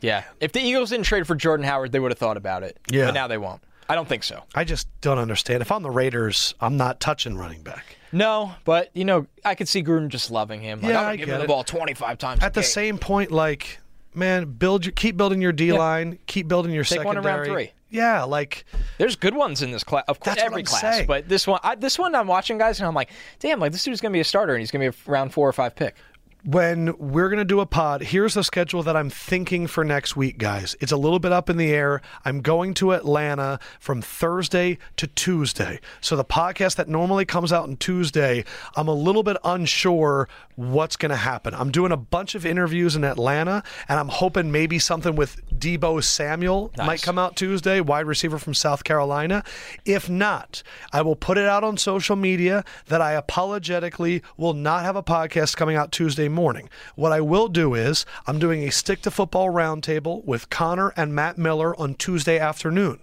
B: Yeah. If the Eagles didn't trade for Jordan Howard, they would have thought about it.
A: Yeah.
B: But now they won't. I don't think so.
A: I just don't understand. If I'm the Raiders, I'm not touching running back.
B: No, but you know, I could see Gruden just loving him. Like,
A: Yeah,
B: I'm gonna
A: I
B: give
A: get
B: him
A: it.
B: the ball 25 times.
A: At the
B: same.
A: same point, like, man, build your keep building your D line, keep building your
B: Take
A: secondary.
B: one in round three.
A: Yeah, like
B: There's good ones in this class, of course,
A: That's what
B: every
A: I'm
B: class.
A: saying.
B: But this one, I, this one, I'm watching guys, and I'm like, damn, like this dude's gonna be a starter, and he's gonna be a round four or five pick.
A: when we're going to do a pod, here's the schedule that I'm thinking for next week, guys. It's a little bit up in the air. I'm going to Atlanta from Thursday to Tuesday. So the podcast that normally comes out on Tuesday, I'm a little bit unsure what's going to happen. I'm doing a bunch of interviews in Atlanta, and I'm hoping maybe something with Debo Samuel might come out Tuesday, wide receiver from South Carolina. If not, I will put it out on social media that I apologetically will not have a podcast coming out Tuesday morning. What I will do is I'm doing a stick to football roundtable with Connor and Matt Miller on Tuesday afternoon.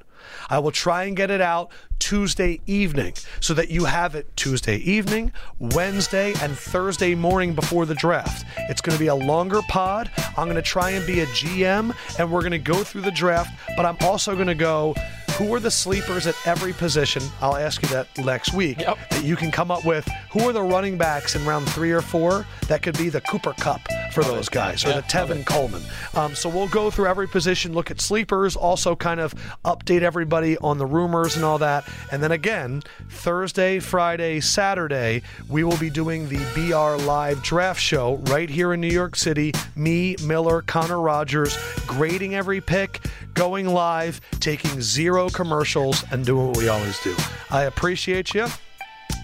A: I will try and get it out Tuesday evening so that you have it Tuesday evening, Wednesday, and Thursday morning before the draft. It's going to be a longer pod. I'm going to try and be a GM and we're going to go through the draft, but I'm also going to go who are the sleepers at every position? I'll ask you that next week.
B: Yep.
A: That you can come up with who are the running backs in round three or four that could be the Cooper Cup for those guys or the Tevin Coleman. Um, so we'll go through every position, look at sleepers, also kind of update everybody on the rumors and all that. And then again, Thursday, Friday, Saturday, we will be doing the BR Live Draft Show right here in New York City. Me, Miller, Connor Rogers, grading every pick, going live, taking zero commercials, and doing what we always do. I appreciate you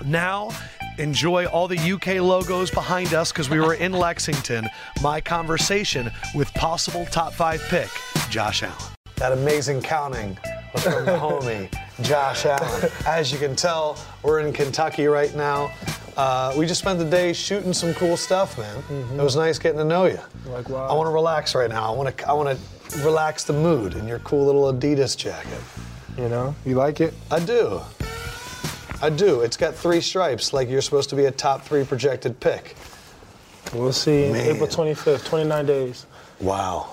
A: now enjoy all the UK logos behind us because we were in Lexington. My conversation with possible top five pick, Josh Allen. That amazing counting was from the homie, Josh Allen. As you can tell, we're in Kentucky right now. Uh, we just spent the day shooting some cool stuff, man. It was nice getting to know you.
E: Likewise.
A: I want to relax right now. I want to. I want to relax the mood in your cool little Adidas jacket.
E: You know, you like it?
A: I do. I do. It's got three stripes, like you're supposed to be a top three projected pick.
E: We'll see.
A: Man.
E: April 25th, 29 days.
A: Wow.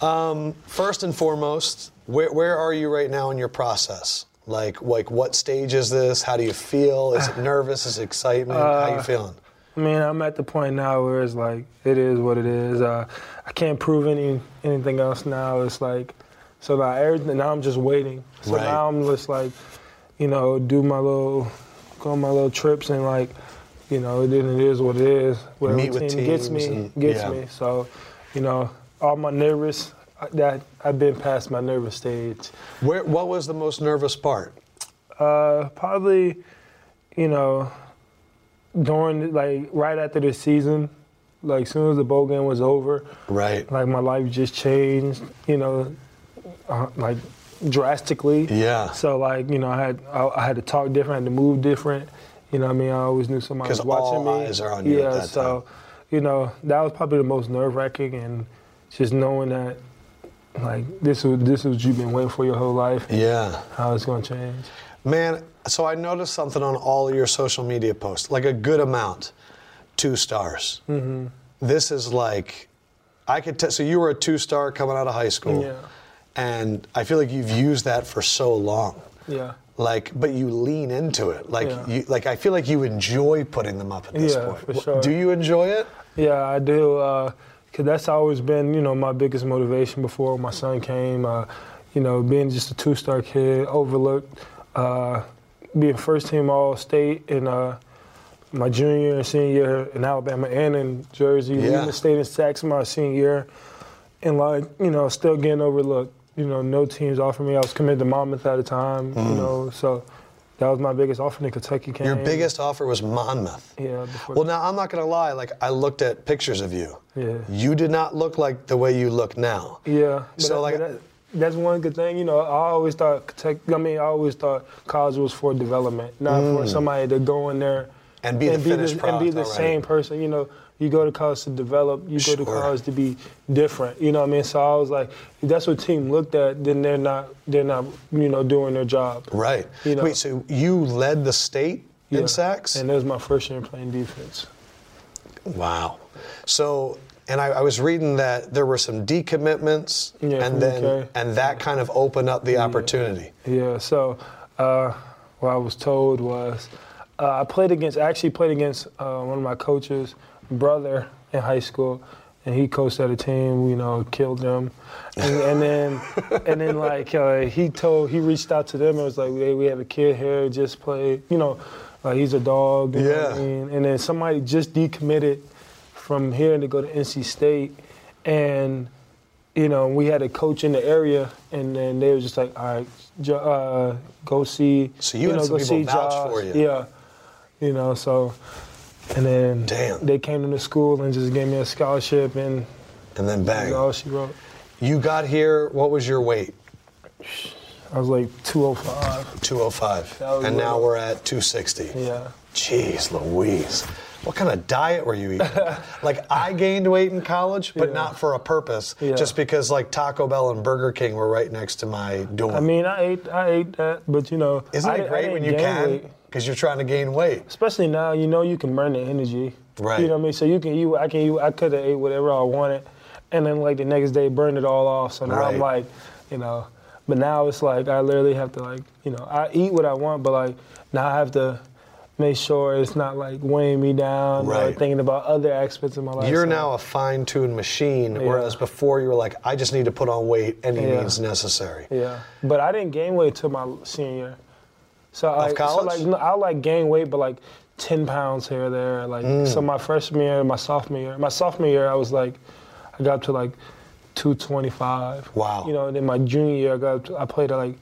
A: Um, first and foremost, where, where are you right now in your process? Like, like what stage is this? How do you feel? Is it nervous? Is it excitement? How
E: Uh,
A: you feeling?
E: I mean, I'm at the point now where it's like, it is what it is. Uh, I can't prove any anything else now. It's like, so now everything, now I'm just waiting. So
A: Right.
E: now I'm just like, you know, do my little, go on my little trips and like, you know, then it is what it is. Whatever
A: Meet with
E: team gets
A: teams
E: me,
A: and-
E: gets
A: yeah.
E: me. So, you know, all my nervous, I- that I've been past my nervous stage.
A: Where, what was the most nervous part?
E: Uh, probably, you know, during like right after the season, like soon as the bowl game was over,
A: Right.
E: like my life just changed, you know, uh, like drastically.
A: Yeah.
E: So like you know, I had I, I had to talk different, I had to move different. You know, what I mean, I always knew somebody
A: 'Cause
E: was watching
A: all
E: me.
A: eyes are on
E: yeah.
A: you at that
E: so, you know, that was probably the most nerve wracking, and just knowing that. Like this was this was you've been waiting for your whole life.
A: Yeah.
E: How it's gonna change?
A: Man, so I noticed something on all of your social media posts, like a good amount, two stars. Mm-hmm. This is like, I could tell. So you were a two star coming out of high school,
E: Yeah.
A: and I feel like you've used that for so long.
E: Yeah.
A: Like, but you lean into it. Like,
E: Yeah.
A: you, like I feel like you enjoy putting them up at this
E: Yeah,
A: point.
E: for
A: W-
E: sure.
A: Do you enjoy it?
E: Yeah, I do. uh 'cause that's always been, you know, my biggest motivation before my son came. Uh, you know, being just a two-star kid, overlooked, uh, being first-team All-State in uh, my junior and senior year in Alabama and in Jersey,
A: Yeah.
E: leading the state in sacks my senior year, and like, you know, still getting overlooked. You know, no teams offered me. I was committed to Monmouth at the time. You know, so that was my biggest offer. And Kentucky came.
A: Mm. Your biggest offer was Monmouth.
E: Yeah. Before
A: Well, now I'm not gonna lie. Like, I looked at pictures of you.
E: Yeah.
A: You did not look like the way you look now.
E: Yeah. But
A: So,
E: that-
A: like-
E: but that, that's one good thing. You know, I always thought tech, I mean, I always thought college was for development, not for somebody to go in there
A: Mm. And be the finished
E: and be
A: product
E: the
A: already.
E: same person. You know, you go to college to develop. You go to
A: Sure.
E: college to be different. You know what I mean? So I was like, if that's what team looked at, then they're not they're not you know doing their job.
A: Right.
E: You know.
A: Wait, so you led the state
E: Yeah.
A: in sacks?
E: And that was my first year playing defense.
A: Wow. So, and I, I was reading that there were some decommitments,
E: Yeah,
A: and
E: from
A: then
E: UK.
A: and that kind of opened up the opportunity.
E: Yeah. So, uh, what I was told was, uh, I played against. I actually played against uh, one of my coaches' brother in high school, and he coached at a team. You know, killed them, and, and then and then like uh, he told he reached out to them and was like, "Hey, we have a kid here just played. You know, like he's a dog. you know what I
A: Yeah.
E: mean? And then somebody just decommitted from here to go to NC State, and you know, we had a coach in the area, and then they were just like, all right, Jo- uh, go see.
A: So you had
E: know,
A: some
E: go
A: people
E: see
A: vouch
E: Josh.
A: for you.
E: Yeah, you know, so, and then
A: Damn.
E: they came to the school and just gave me a scholarship, and
A: And then
E: that's
A: bang,
E: all she wrote.
A: you got here. What was your weight?
E: I was like 205.
A: 205,
E: That was
A: and now
E: little.
A: we're at 260.
E: Yeah.
A: Jeez, Louise. What kind of diet were you eating? like I gained weight in college, but
E: Yeah.
A: not for a purpose.
E: Yeah.
A: Just because like Taco Bell and Burger King were right next to my dorm.
E: I mean, I ate, I ate that, but you know,
A: isn't
E: I,
A: it
E: di- I
A: great when you
E: didn't gain
A: can?
E: weight.
A: Because you're trying to gain weight.
E: Especially now, you know, you can burn the energy.
A: Right.
E: You know what I mean? So you can eat. I can eat. I could have ate whatever I wanted, and then like the next day, burn it all off. So now I'm
A: Right.
E: like, you know. But now it's like I literally have to like, you know, I eat what I want, but like now I have to make sure it's not like weighing me down or
A: Right.
E: thinking about other aspects of my life.
A: You're
E: So-
A: now a fine-tuned machine,
E: Yeah.
A: whereas before you were like, I just need to put on weight any
E: Yeah.
A: means necessary.
E: Yeah, but I didn't gain weight until my senior. year. So like,
A: college?
E: so like no, I like gain weight, but like ten pounds here or there. Like
A: Mm.
E: so, my freshman year, my sophomore year, my sophomore year, I was like, I got up to like two twenty five.
A: Wow.
E: You know, and then my junior year, I got up to, I played at like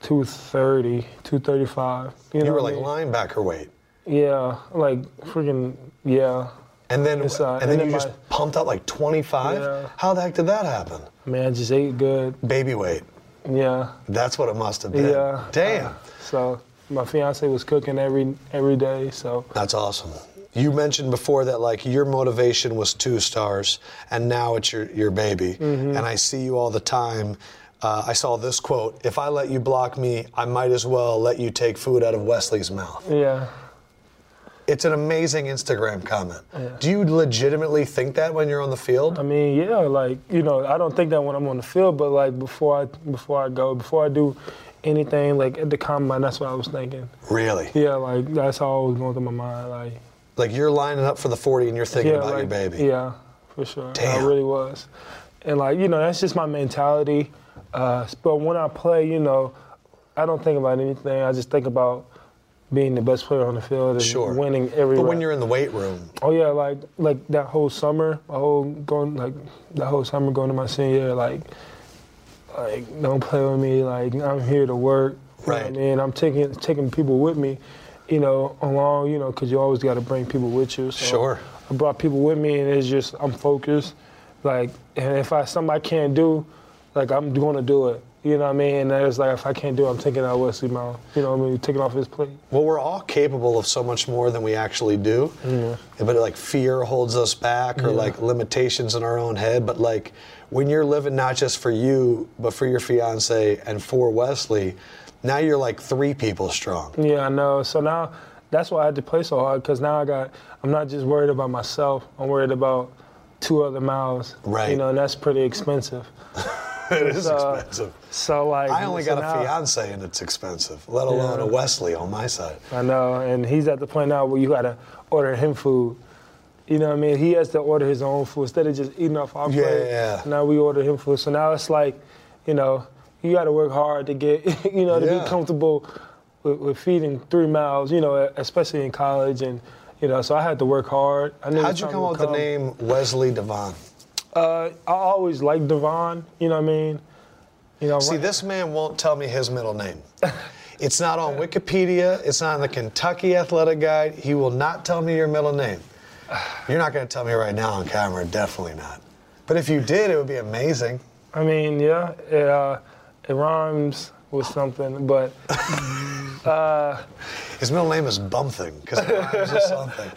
E: 230, 235. You, know
A: You were like
E: what I mean?
A: linebacker weight,
E: yeah, like freaking yeah.
A: and then
E: It's, uh,
A: and then
E: and then
A: you just
E: my-
A: pumped up like 25.
E: Yeah.
A: How the heck did that happen?
E: Man, I just ate good.
A: Baby weight.
E: Yeah.
A: That's what it must have been.
E: Yeah.
A: Damn,
E: So my fiance was cooking every every day. So.
A: that's awesome. You mentioned before that like your motivation was two stars, and now it's your your baby.
E: Mm-hmm.
A: And I see you all the time. Uh, I saw this quote: "If I let you block me, I might as well let you take food out of Wesley's mouth."
E: Yeah.
A: It's an amazing Instagram comment. Do you legitimately think that when you're on the field?
E: I mean, yeah, like you know, I don't think that when I'm on the field, but like before I before I go, before I do anything, like at the combine, that's what I was thinking.
A: really?
E: Yeah, like that's all was going through my mind. Like,
A: Like you're lining up for the 40 and you're thinking
E: yeah,
A: about your
E: like,
A: baby.
E: Yeah, for sure.
A: Damn.
E: I really was, and like you know, that's just my mentality. Uh, but when I play, you know, I don't think about anything. I just think about being the best player on the field and
A: Sure.
E: winning every.
A: But when
E: rep.
A: you're in the weight room,
E: Oh yeah, like like that whole summer, my whole going like that whole summer going to my senior year, like like don't play with me, like I'm here to work.
A: Right.
E: And I'm taking taking people with me, you know, along, you know, because you always got to bring people with you. So
A: Sure.
E: I brought people with me, and it's just I'm focused, like, and if I something I can't do, like I'm going to do it. You know what I mean? And it's like if I can't do it, I'm taking out Wesley Mount. You know what I mean? Taking off his plate.
A: well, we're all capable of so much more than we actually do. But like fear holds us back or like limitations in our own head. But like when you're living not just for you, but for your fiance and for Wesley, now you're like three people strong.
E: Yeah, I know. So now that's why I had to play so hard because now I got, I'm not just worried about myself, I'm worried about two other mouths.
A: Right.
E: You know, and that's pretty expensive.
A: it is uh,
E: So-
A: expensive.
E: So like
A: I only
E: so
A: got
E: now-
A: a fiance and it's expensive, let alone
E: Yeah.
A: a Wesley on my side.
E: I know, and he's at the point now where you gotta order him food. You know what I mean? He has to order his own food instead of just eating off our plate.
A: Yeah.
E: Now we order him food. So now it's like, you know, you gotta work hard to get, you know, to
A: Yeah.
E: be comfortable with, with feeding three mouths. You know, especially in college, and you know, so I had to work hard. I knew the
A: How'd you
E: time
A: come
E: would
A: up with the name Wesley Devon?
E: Uh, I always liked Devon. You know what I mean? You know,
A: See,
E: right-
A: this man won't tell me his middle name. It's not on Wikipedia. It's not in the Kentucky Athletic Guide. He will not tell me your middle name. You're not going to tell me right now on camera. Definitely not. But if you did, it would be amazing.
E: I mean, yeah, it, uh, it rhymes with something, but.
A: His middle name is Bumthing because it rhymes with something.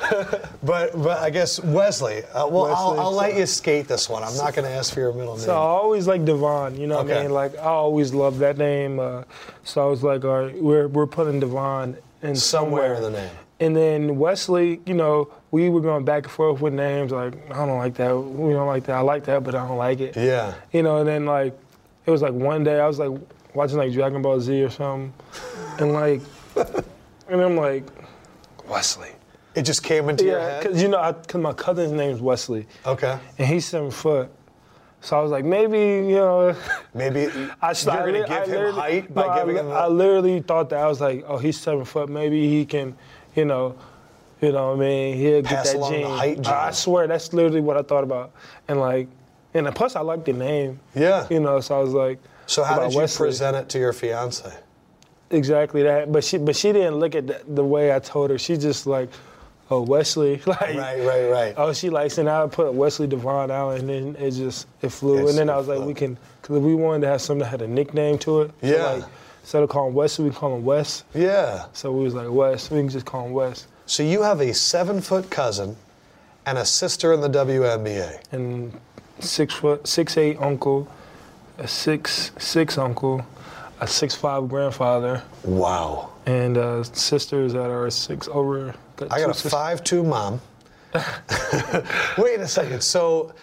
A: But but I guess Wesley. Uh, well, I'll,
E: Wesley,
A: I'll let
E: so-
A: you skate this one. I'm not going to ask for your middle name.
E: So I always like Devon, you know what
A: Okay.
E: I mean? Like I always loved that name. Uh, so I was like, all right, we're we're putting Devon in
A: Somewhere in the name.
E: And then Wesley, you know, we were going back and forth with names. Like I don't like that. We don't like that. I like that, but I don't like it.
A: Yeah.
E: You know. And then like it was like one day I was like watching like Dragon Ball Z or something, and like, and I'm like. Wesley.
A: It just came into your
E: Yeah,
A: head.
E: because you know, I, cause my cousin's name's Wesley,
A: Okay.
E: and he's seven foot. So I was like, maybe you know,
A: Maybe
E: I just,
A: you're
E: I
A: going
E: li-
A: to
E: I
A: give him
E: literally-
A: height by
E: no, I
A: giving
E: li-
A: him.
E: I literally thought that I was like, oh, he's seven foot. Maybe he can, you know, you know what I mean. He'll
A: Pass
E: get that
A: along the
E: gene.
A: height gene.
E: I, I swear, that's literally what I thought about. And like, and plus I like the name.
A: Yeah.
E: You know, so I was like,
A: so how
E: about
A: did you
E: Wesley.
A: present it to your fiance?
E: exactly that. But she, but she didn't look at the, the way I told her. She just like, oh, Wesley, like.
A: Right, right, right.
E: Oh, she likes, and I put Wesley Devon out, and then it just it flew.
A: It's-
E: and then I
A: it
E: was like,
A: flew.
E: we can, because we wanted to have something that had a nickname to it. So,
A: Yeah.
E: like, instead of calling Wesley, we call him Wes.
A: Yeah.
E: So we was like Wes. We can just call him Wes.
A: So you have a seven foot cousin and a sister in the WNBA.
E: And six foot, six eight uncle, a six six uncle, a six five grandfather,
A: Wow.
E: and uh, sisters that are six over.
A: I got a
E: two sis-
A: five two mom. Wait a second. So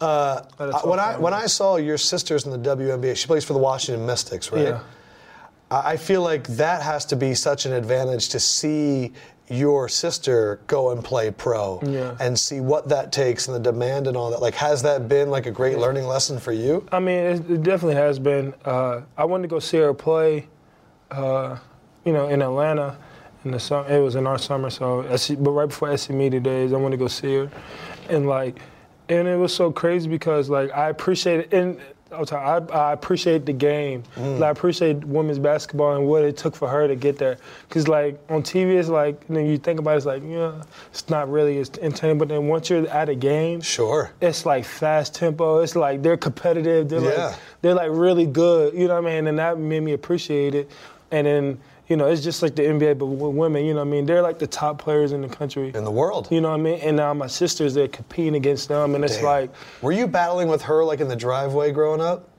A: uh,
E: But it's
A: when I
E: okay.
A: when I saw your sisters in the WNBA, she plays for the Washington Mystics, right?
E: Yeah.
A: I I feel like that has to be such an advantage to see your sister go and play pro
E: Yeah.
A: and see what that takes and the demand and all that. Like, has that been like a great learning lesson for you?
E: I mean, it, it definitely has been. Uh, I wanted to go see her play, uh, you know, in Atlanta. In the summer, it was in our summer, so SC, but right before SC Media Days, I wanted to go see her, and like, and it was so crazy because like I appreciate and I'm sorry, I, I appreciate the game. Like, I appreciate women's basketball and what it took for her to get there. Cause like on TV, it's like you, know, you think about it, it's like yeah, it's not really as entertaining, but then once you're at a game,
A: Sure.
E: it's like fast tempo. It's like they're competitive. They're
A: Yeah.
E: like they're like really good. You know what I mean? And that made me appreciate it. And then you know it's just like the NBA, but with women. You know what I mean? They're like the top players in the country.
A: In the world.
E: You know what I mean? And now my sisters they're competing against them, and it's
A: Damn.
E: like
A: Were you battling with her like in the driveway growing up?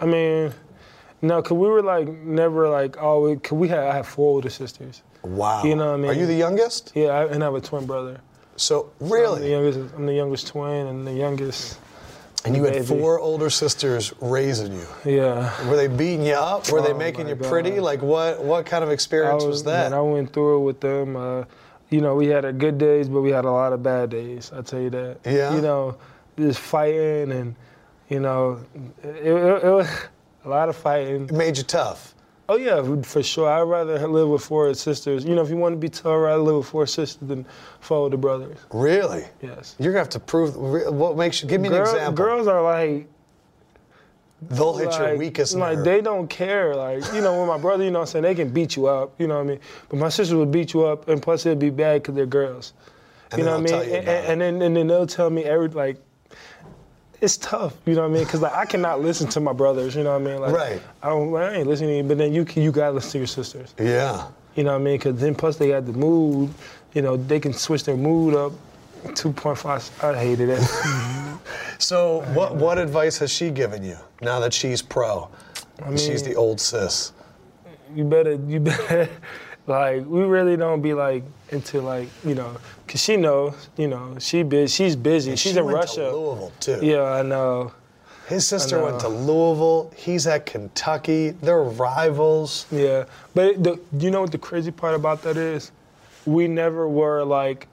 E: I mean, no, cause we were like never like always. Cause we had I had four older sisters.
A: Wow.
E: You know what I mean?
A: Are you the youngest?
E: Yeah, I, and I have a twin brother.
A: So
E: I'm the
A: really,
E: youngest. I'm the youngest twin, and the youngest.
A: and you had
E: Maybe.
A: four older sisters raising you.
E: Yeah.
A: Were they beating you up? Were they
E: Oh
A: making
E: my
A: you pretty?
E: God.
A: Like what? What kind of experience
E: I
A: was, that?
E: man, I went through it with them. Uh, you know, we had our good days, but we had a lot of bad days. I tell you that.
A: Yeah.
E: You know, just fighting and, you know, it, it, it was a lot of fighting.
A: it made you tough.
E: Oh yeah, for sure. I'd rather live with four sisters. You know, if you want to be tall, I'd rather live with four sisters than four older brothers.
A: Really?
E: Yes.
A: You're gonna have to prove re- what makes you. Give me
E: Girl-
A: an example.
E: Girls are like
A: They'll hit your
E: like-
A: weakest
E: Like
A: nerve.
E: they don't care. Like you know, with my brother, you know, what I'm saying they can beat you up. You know what I mean? But my sister would beat you up, and plus it'd be bad because they're girls.
A: And
E: you
A: then
E: know what
A: they'll
E: I
A: tell
E: mean?
A: you
E: and,
A: about
E: and then and then they'll tell me every like. It's tough, you know what I mean? Because like I cannot listen to my brothers, you know what I mean? Like,
A: Right.
E: I, don't, I ain't listening. to you, But then you can- you gotta listen to your sisters,
A: yeah.
E: you know what I mean? Because then plus they got the mood, you know they can switch their mood up. Two point five, I hated it.
A: So what? What advice has she given you now that she's pro? she's
E: mean-
A: the old sis.
E: you better you better like we really don't be like into like you know because she knows you know she bu- she's busy she's
A: she
E: in
A: went
E: russia
A: To Louisville too.
E: yeah i know
A: His sister went to
E: know.
A: Louisville. He's at Kentucky. They're rivals.
E: Yeah, but the, you know what the crazy part about that is? We never were like,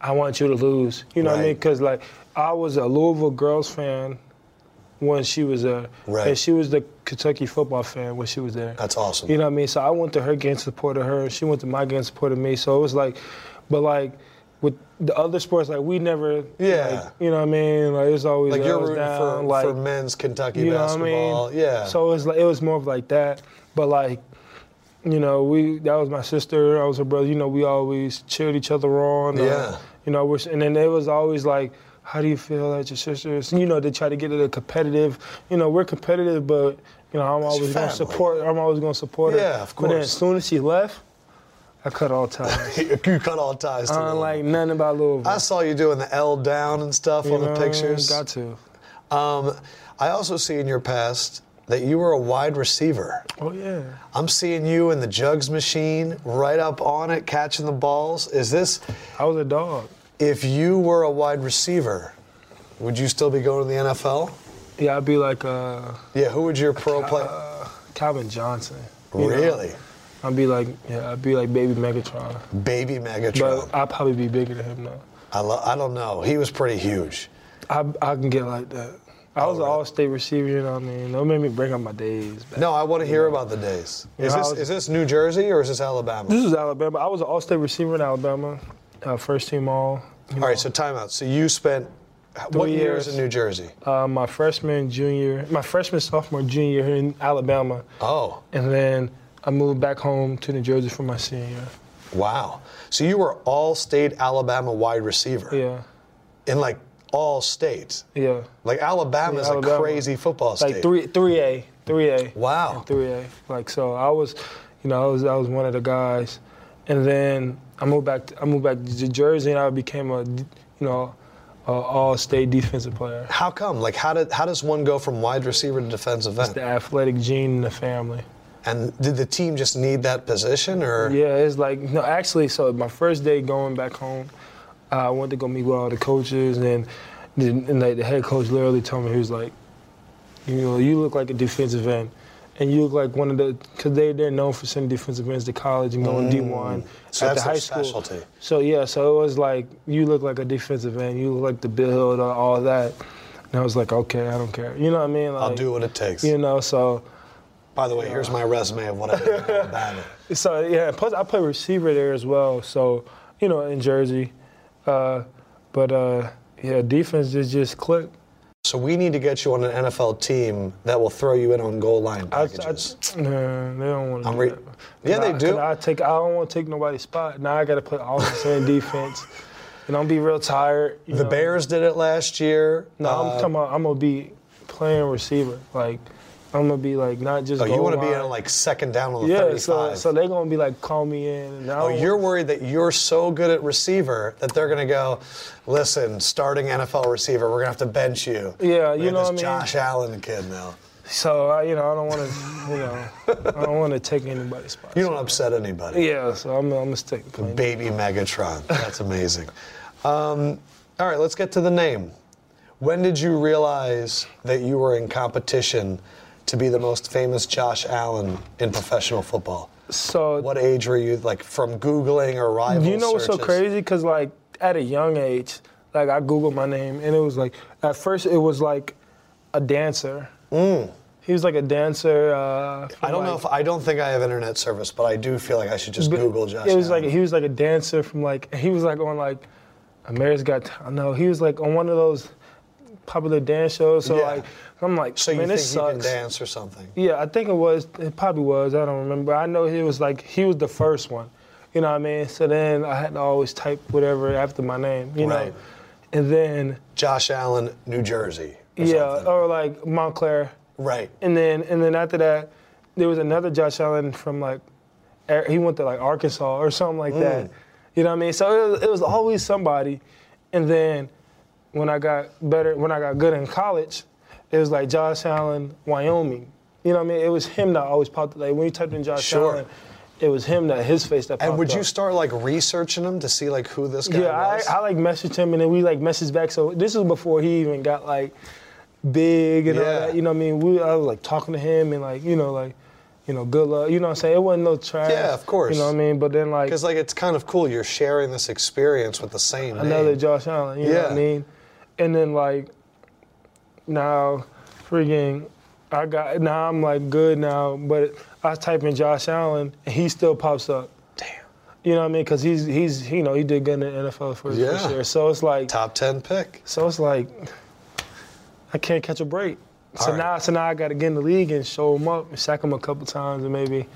E: I want you to lose. You know what I mean?
A: Right.
E: Because like I was a Louisville girls fan when she was there,
A: Right.
E: and she was the Kentucky football fan when she was there.
A: That's awesome.
E: You know what I mean? So I went to her game supported her, and she went to my game supported me. So it was like, but like with the other sports, like we never,
A: Yeah.
E: like, you know what I mean? Like it's always
A: like
E: I
A: you're
E: was
A: rooting
E: down,
A: for,
E: like,
A: for men's Kentucky
E: you know what I
A: basketball.
E: mean?
A: Yeah.
E: So it was like it was more of like that, but like, you know, we that was my sister, I was her brother. You know, we always cheered each other on. uh,
A: Yeah.
E: you know, we're, and then it was always like, how do you feel that your sisters? You know, they try to get it a competitive. You know, we're competitive, but you know, I'm always going
A: family.
E: to support. I'm always going to support her.
A: Yeah, of
E: But then
A: course.
E: as soon as she left, I cut all ties.
A: you cut all ties to
E: I don't
A: Louisville.
E: Uh, like nothing about Louisville.
A: I saw you doing the L down and stuff
E: you
A: on the
E: know,
A: pictures.
E: Got to.
A: Um, I also see in your past that you were a wide receiver.
E: Oh yeah.
A: I'm seeing you in the jugs machine, right up on it, catching the balls. Is this,
E: I was a dog.
A: if you were a wide receiver, would you still be going to the NFL?
E: Yeah, I'd be like uh,
A: Yeah, who would your pro play?
E: Calvin Johnson. Uh, you know?
A: really?
E: I'd be like, yeah, I'd be like baby Megatron,
A: Baby Megatron.
E: but I'd probably be bigger than him now.
A: I, lo- I don't know. He was pretty huge.
E: I, I can get like that. I was an all-state receiver, you know what I mean? That made me bring up my days. Back.
A: No, I want to hear about the days.
E: You
A: Is
E: know, I
A: this
E: was-
A: is this New Jersey or is this Alabama?
E: This is Alabama. I was an all-state receiver in Alabama, uh, first team all. you
A: All
E: know.
A: right, so timeout. So you spent what
E: Three
A: years in
E: years.
A: New Jersey?
E: uh, my freshman, junior, my freshman, sophomore, junior here in Alabama,
A: Oh,
E: and then I moved back home to New Jersey for my senior. year.
A: wow. So you were all-state Alabama wide receiver
E: Yeah,
A: in like all states.
E: yeah.
A: Like Alabama is
E: Yeah,
A: a
E: Alabama.
A: crazy football state.
E: Like three, three A, three A.
A: Wow.
E: Three A. Like so, I was, you know, I was, I was one of the guys, and then I moved back, I moved back to Jersey, and I became a, you know, a all-state defensive player.
A: How come? Like how did how does one go from wide receiver to defensive end?
E: The athletic gene in the family.
A: And did the team just need that position or
E: Yeah, it's like no, actually. So my first day going back home, I went to go meet with all the coaches, and then and like the head coach literally told me he was like, you know, you look like a defensive end, and you look like one of the because they they're known for sending defensive ends to college and going D one
A: Mm. So
E: at
A: that's
E: the
A: their
E: high school.
A: specialty.
E: So yeah, so it was like you look like a defensive end, you look like the build, all that. And I was like, okay, I don't care. You know what I mean? Like,
A: I'll do what it takes.
E: You know, so
A: By the way, here's my resume of what I did in Alabama.
E: So yeah, plus I play receiver there as well. So you know, in Jersey, uh, but uh, yeah, defense is just click.
A: So we need to get you on an NFL team that will throw you in on goal line
E: I, I,
A: packages.
E: nah, they don't want to.
A: I'm re- yeah, they do.
E: I take. I don't want to take nobody's spot. Now I got to play offense and defense, and I'm be real tired. you
A: the
E: know.
A: Bears did it last year.
E: No, I'm
A: Uh,
E: talking about. I'm gonna be playing receiver. Like I'm gonna be like not just.
A: oh, you
E: goal
A: want to be
E: line.
A: in like second down on the
E: Yeah,
A: 35.
E: so, so they're gonna be like call me in. And I
A: Oh,
E: don't-
A: you're worried that you're so good at receiver that they're going to go, listen, starting NFL receiver, we're going to have to bench you.
E: Yeah,
A: We have
E: you know
A: this
E: what I mean?
A: Josh Allen kid now.
E: So I, you know, I don't want to, you know, I don't want to take anybody's spot.
A: You don't upset anybody.
E: Yeah, so I'm, I'm gonna stick. Playing.
A: Baby Megatron. That's amazing. um, all right, let's get to the name. When did you realize that you were in competition to be the most famous Josh Allen in professional football?
E: So
A: What age were you, like from Googling or rival
E: you know what's so
A: searches?
E: crazy? Cause like at a young age, like I googled my name and it was like at first it was like a dancer. Mm. He was like a dancer. Uh, from,
A: I don't know
E: like-
A: if I don't think I have internet service, but I do feel like I should just
E: but
A: Google Josh.
E: It was
A: Allen.
E: like he was like a dancer from like he was like on like America's Got Talent. No, he was like on one of those popular dance shows. So
A: Yeah.
E: like I'm like,
A: so you
E: man,
A: think
E: this
A: he can
E: sucks.
A: dance or something?
E: Yeah, I think it was. It probably was. I don't remember. I know he was like he was the first one. You know what I mean? So then I had to always type whatever after my name. You
A: Right.
E: know, and then
A: Josh Allen, New Jersey. or
E: yeah, uh,
A: something.
E: or like Montclair,
A: right.
E: and then and then after that, there was another Josh Allen from like Ar- he went to like Arkansas or something like
A: Mm.
E: that. You know what I mean? So it was, it was always somebody, and then when I got better, when I got good in college, it was like Josh Allen, Wyoming. You know what I mean? It was him that always popped. Like when you typed in Josh
A: Sure.
E: Allen, it was him that his face that.
A: And
E: popped
A: would you
E: up.
A: start like researching him to see like who this guy
E: Yeah, I,
A: was?
E: I like messaged him and then we like messaged back. So this was before he even got like big and all
A: Yeah.
E: that. You know what I mean? We, I was like talking to him and like, you know, like, you know, good luck. You know what I'm saying? It wasn't no trash.
A: Yeah, of course.
E: You know what I mean? But then like
A: Because like it's kind of cool. You're sharing this experience with the same
E: another
A: name.
E: Josh Allen. You know what I
A: Yeah.
E: mean? And then like now, freaking, I got now I'm like good now, but I type in Josh Allen and he still pops up. Damn. You know what I mean? Cause he's he's you know he did good in the NFL for,
A: Yeah.
E: for sure. So it's like
A: Top ten pick.
E: so it's like I can't catch a break. So
A: All right.
E: now so now I got to get in the league and show him up and sack him a couple times and maybe